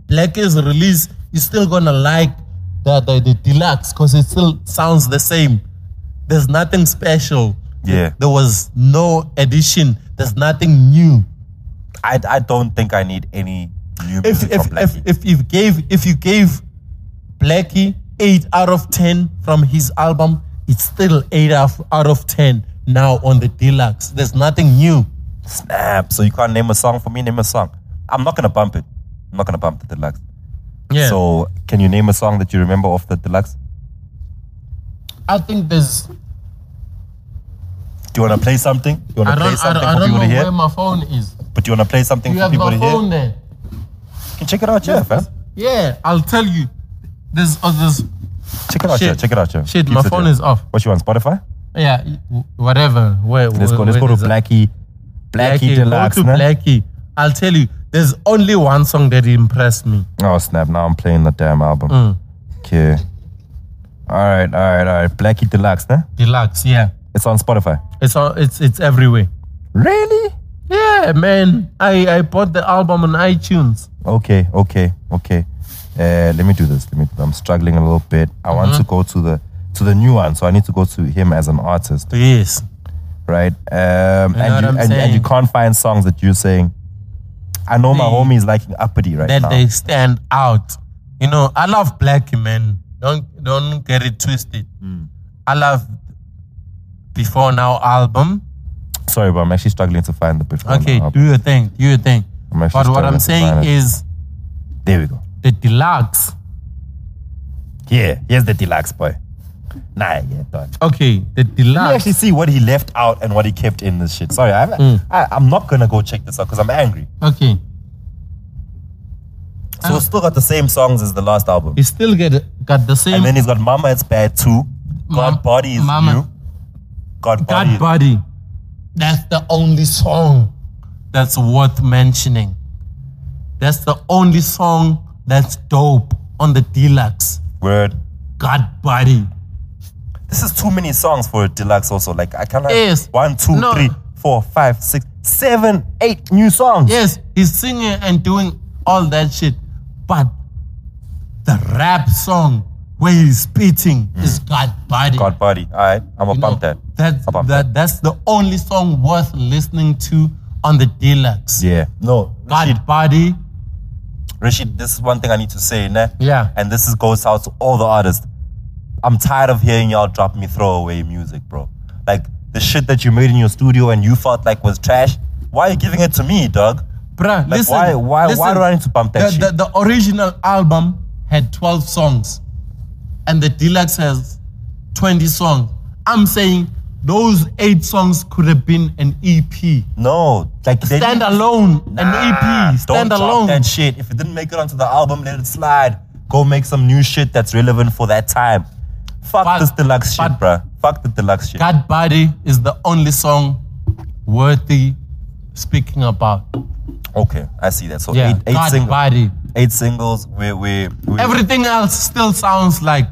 Speaker 1: Black's release, you're still gonna like the the, the deluxe because it still sounds the same. There's nothing special.
Speaker 2: Yeah.
Speaker 1: There was no addition. There's nothing new.
Speaker 2: I, I don't think I need any new
Speaker 1: If
Speaker 2: music
Speaker 1: if
Speaker 2: from
Speaker 1: if,
Speaker 2: Blackie.
Speaker 1: if you gave if you gave Blackie eight out of ten from his album, it's still eight of- out of ten now on the deluxe. There's nothing new.
Speaker 2: Snap. So you can't name a song for me. Name a song. I'm not gonna bump it. I'm not gonna bump the deluxe. So can you name a song that you remember off the deluxe?
Speaker 1: I think there's
Speaker 2: Do you wanna play something? Do you
Speaker 1: I
Speaker 2: wanna
Speaker 1: don't I
Speaker 2: play
Speaker 1: don't,
Speaker 2: something
Speaker 1: I
Speaker 2: for
Speaker 1: don't
Speaker 2: people
Speaker 1: know
Speaker 2: to hear?
Speaker 1: where my phone is.
Speaker 2: But do you wanna play something
Speaker 1: You
Speaker 2: for
Speaker 1: have
Speaker 2: people
Speaker 1: my
Speaker 2: to hear?
Speaker 1: phone there.
Speaker 2: You can check it out, yeah, fam.
Speaker 1: Yeah, I'll tell you. There's oh, there's
Speaker 2: Check it out,
Speaker 1: Shit.
Speaker 2: yeah. Check it out, yeah.
Speaker 1: Shit,
Speaker 2: Keep
Speaker 1: my
Speaker 2: it,
Speaker 1: phone
Speaker 2: yeah.
Speaker 1: is off.
Speaker 2: What you want, Spotify?
Speaker 1: yeah w- whatever. Where
Speaker 2: Let's
Speaker 1: where-
Speaker 2: go. Let's
Speaker 1: where
Speaker 2: go to
Speaker 1: is it?
Speaker 2: Blackie. Blackie,
Speaker 1: Blackie,
Speaker 2: Deluxe.
Speaker 1: Go to
Speaker 2: nah?
Speaker 1: Blackie. I'll tell you. There's only one song that impressed me.
Speaker 2: Oh snap! Now I'm playing the damn album.
Speaker 1: Mm.
Speaker 2: Okay. All right, all right, all right. Blackie Deluxe, nah?
Speaker 1: Deluxe, yeah.
Speaker 2: It's on Spotify.
Speaker 1: It's all, it's it's everywhere.
Speaker 2: Really?
Speaker 1: Yeah, man. I I bought the album on iTunes.
Speaker 2: Okay, okay, okay. Uh, let me do this. Let me. I'm struggling a little bit. I want
Speaker 1: Mm-hmm.
Speaker 2: to go to the to the new one, so I need to go to him as an artist,
Speaker 1: Yes.
Speaker 2: right?
Speaker 1: know
Speaker 2: Um, and
Speaker 1: what
Speaker 2: you
Speaker 1: I'm
Speaker 2: and, and you
Speaker 1: saying?
Speaker 2: can't find songs that you're saying. I know my
Speaker 1: They-
Speaker 2: homie is liking uppity right
Speaker 1: That
Speaker 2: now.
Speaker 1: they stand out. You know, I love black man. Don't don't get it twisted. I love before now album.
Speaker 2: Sorry, but I'm actually struggling to find the before. and
Speaker 1: Okay,
Speaker 2: after.
Speaker 1: do your thing. Do your thing.
Speaker 2: I'm
Speaker 1: But
Speaker 2: actually
Speaker 1: what
Speaker 2: struggling
Speaker 1: I'm
Speaker 2: to
Speaker 1: saying
Speaker 2: find it.
Speaker 1: is
Speaker 2: there we go.
Speaker 1: the deluxe.
Speaker 2: Yeah, here's the deluxe boy. Nah, yeah, done.
Speaker 1: Okay, the
Speaker 2: Let me actually
Speaker 1: deluxe.
Speaker 2: see what he left out and what he kept in this shit. Sorry, I'm,
Speaker 1: Mm.
Speaker 2: I, I'm not gonna go check this out because I'm angry.
Speaker 1: Okay.
Speaker 2: So
Speaker 1: Oh.
Speaker 2: it's still got the same songs as the last album.
Speaker 1: You still get got the same
Speaker 2: And then he's got Mama It's Bad too. God
Speaker 1: Mam-
Speaker 2: Body is
Speaker 1: Mama-
Speaker 2: new. God Body.
Speaker 1: God body. That's the only song that's worth mentioning. That's the only song that's dope on the deluxe.
Speaker 2: Word.
Speaker 1: God body.
Speaker 2: This is too many songs for a deluxe also. Like I can't have
Speaker 1: Yes.
Speaker 2: one, two,
Speaker 1: No.
Speaker 2: three, four, five, six, seven, eight new songs.
Speaker 1: Yes, he's singing and doing all that shit, but the rap song where he's spitting is God body.
Speaker 2: God Body. Alright. I'm gonna
Speaker 1: You
Speaker 2: bump
Speaker 1: know,
Speaker 2: that.
Speaker 1: That's,
Speaker 2: I'll bump
Speaker 1: that, that's the only song worth listening to on the deluxe.
Speaker 2: Yeah. No. Rashid,
Speaker 1: God body.
Speaker 2: Rashid, this is one thing I need to say, ne?
Speaker 1: Yeah.
Speaker 2: And this is goes out to all the artists. I'm tired of hearing y'all drop me throwaway music, bro. Like the shit that you made in your studio and you felt like was trash. Why are you giving it to me, dog?
Speaker 1: Bruh,
Speaker 2: Like,
Speaker 1: listen,
Speaker 2: why- why- why
Speaker 1: listen.
Speaker 2: do I need to bump that
Speaker 1: the,
Speaker 2: shit?
Speaker 1: The, the original album had 12 songs, and the deluxe has 20 songs. I'm saying those eight songs could have been an EP,
Speaker 2: No, like they
Speaker 1: stand alone, an EP,
Speaker 2: Don't
Speaker 1: E stand
Speaker 2: drop
Speaker 1: alone.
Speaker 2: that shit. If it didn't make it onto the album, let it slide. Go make some new shit that's relevant for that time. Fuck
Speaker 1: But-
Speaker 2: this deluxe shit,
Speaker 1: but-
Speaker 2: bruh. Fuck the deluxe shit.
Speaker 1: God Body is the only song worthy speaking about.
Speaker 2: Okay, I see that. So
Speaker 1: Yeah,
Speaker 2: eight, eight
Speaker 1: God
Speaker 2: singles,
Speaker 1: Body.
Speaker 2: eight singles. We we
Speaker 1: Everything else still sounds like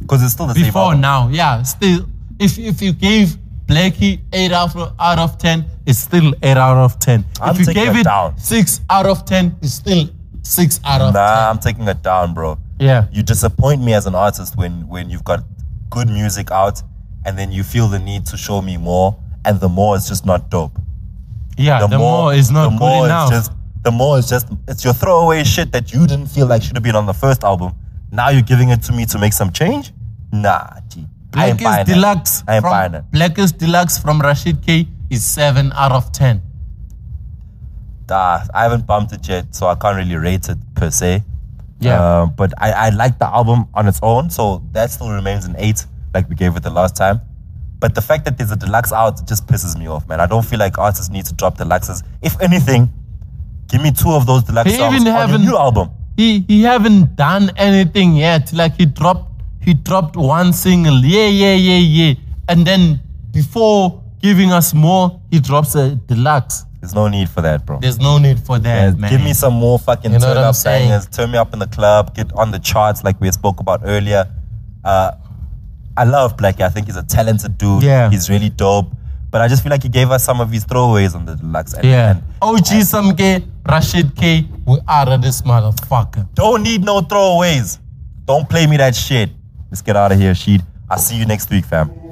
Speaker 2: because it's still the same.
Speaker 1: before
Speaker 2: album.
Speaker 1: now. Yeah, still. If if you gave Blackie eight out of, out of ten, it's still eight out of ten.
Speaker 2: I'm
Speaker 1: if you
Speaker 2: taking
Speaker 1: gave
Speaker 2: it
Speaker 1: it
Speaker 2: down.
Speaker 1: six out of ten, it's still six out of
Speaker 2: Nah, I'm taking it down, bro.
Speaker 1: Yeah.
Speaker 2: You disappoint me as an artist when when you've got good music out, and then you feel the need to show me more, and the more is just not dope.
Speaker 1: ten. Yeah, the, more, is not
Speaker 2: the
Speaker 1: good
Speaker 2: more is
Speaker 1: enough.
Speaker 2: just- the more it's just it's your throwaway shit that you didn't feel like should have been on the first album. Now you're giving it to me to make some change? Nah, G. I
Speaker 1: Black
Speaker 2: ain't buying
Speaker 1: is
Speaker 2: that.
Speaker 1: deluxe.
Speaker 2: I ain't
Speaker 1: from,
Speaker 2: buying it.
Speaker 1: Black is deluxe from Rashid K is seven out of ten.
Speaker 2: Nah, I haven't bumped it yet, so I can't really rate it per se.
Speaker 1: Yeah.
Speaker 2: Uh, but I, I like the album on its own, so that still remains an eight, like we gave it the last time. But the fact that there's a deluxe out just pisses me off, man. I don't feel like artists need to drop deluxes. If anything, give me two of those deluxe
Speaker 1: They
Speaker 2: songs
Speaker 1: even
Speaker 2: on your
Speaker 1: haven't-
Speaker 2: new album.
Speaker 1: He he haven't done anything yet. Like he dropped he dropped one single, yeah, yeah, yeah, yeah. And then before giving us more, he drops a deluxe.
Speaker 2: There's no need for that, bro.
Speaker 1: There's no need for that,
Speaker 2: Yeah,
Speaker 1: man.
Speaker 2: give me some more fucking
Speaker 1: You know
Speaker 2: turn
Speaker 1: what I'm
Speaker 2: up
Speaker 1: saying?
Speaker 2: bangers. Turn me up in the club. Get on the charts like we spoke about earlier. Uh, I love Blackie. I think he's a talented dude.
Speaker 1: Yeah.
Speaker 2: He's really dope. But I just feel like he gave us some of his throwaways on the deluxe. And,
Speaker 1: Yeah.
Speaker 2: and
Speaker 1: OG some gay, Rashid K, we out of this motherfucker.
Speaker 2: don't need no throwaways. Don't play me that shit. Let's get out of here, Sheed. I'll see you next week, fam.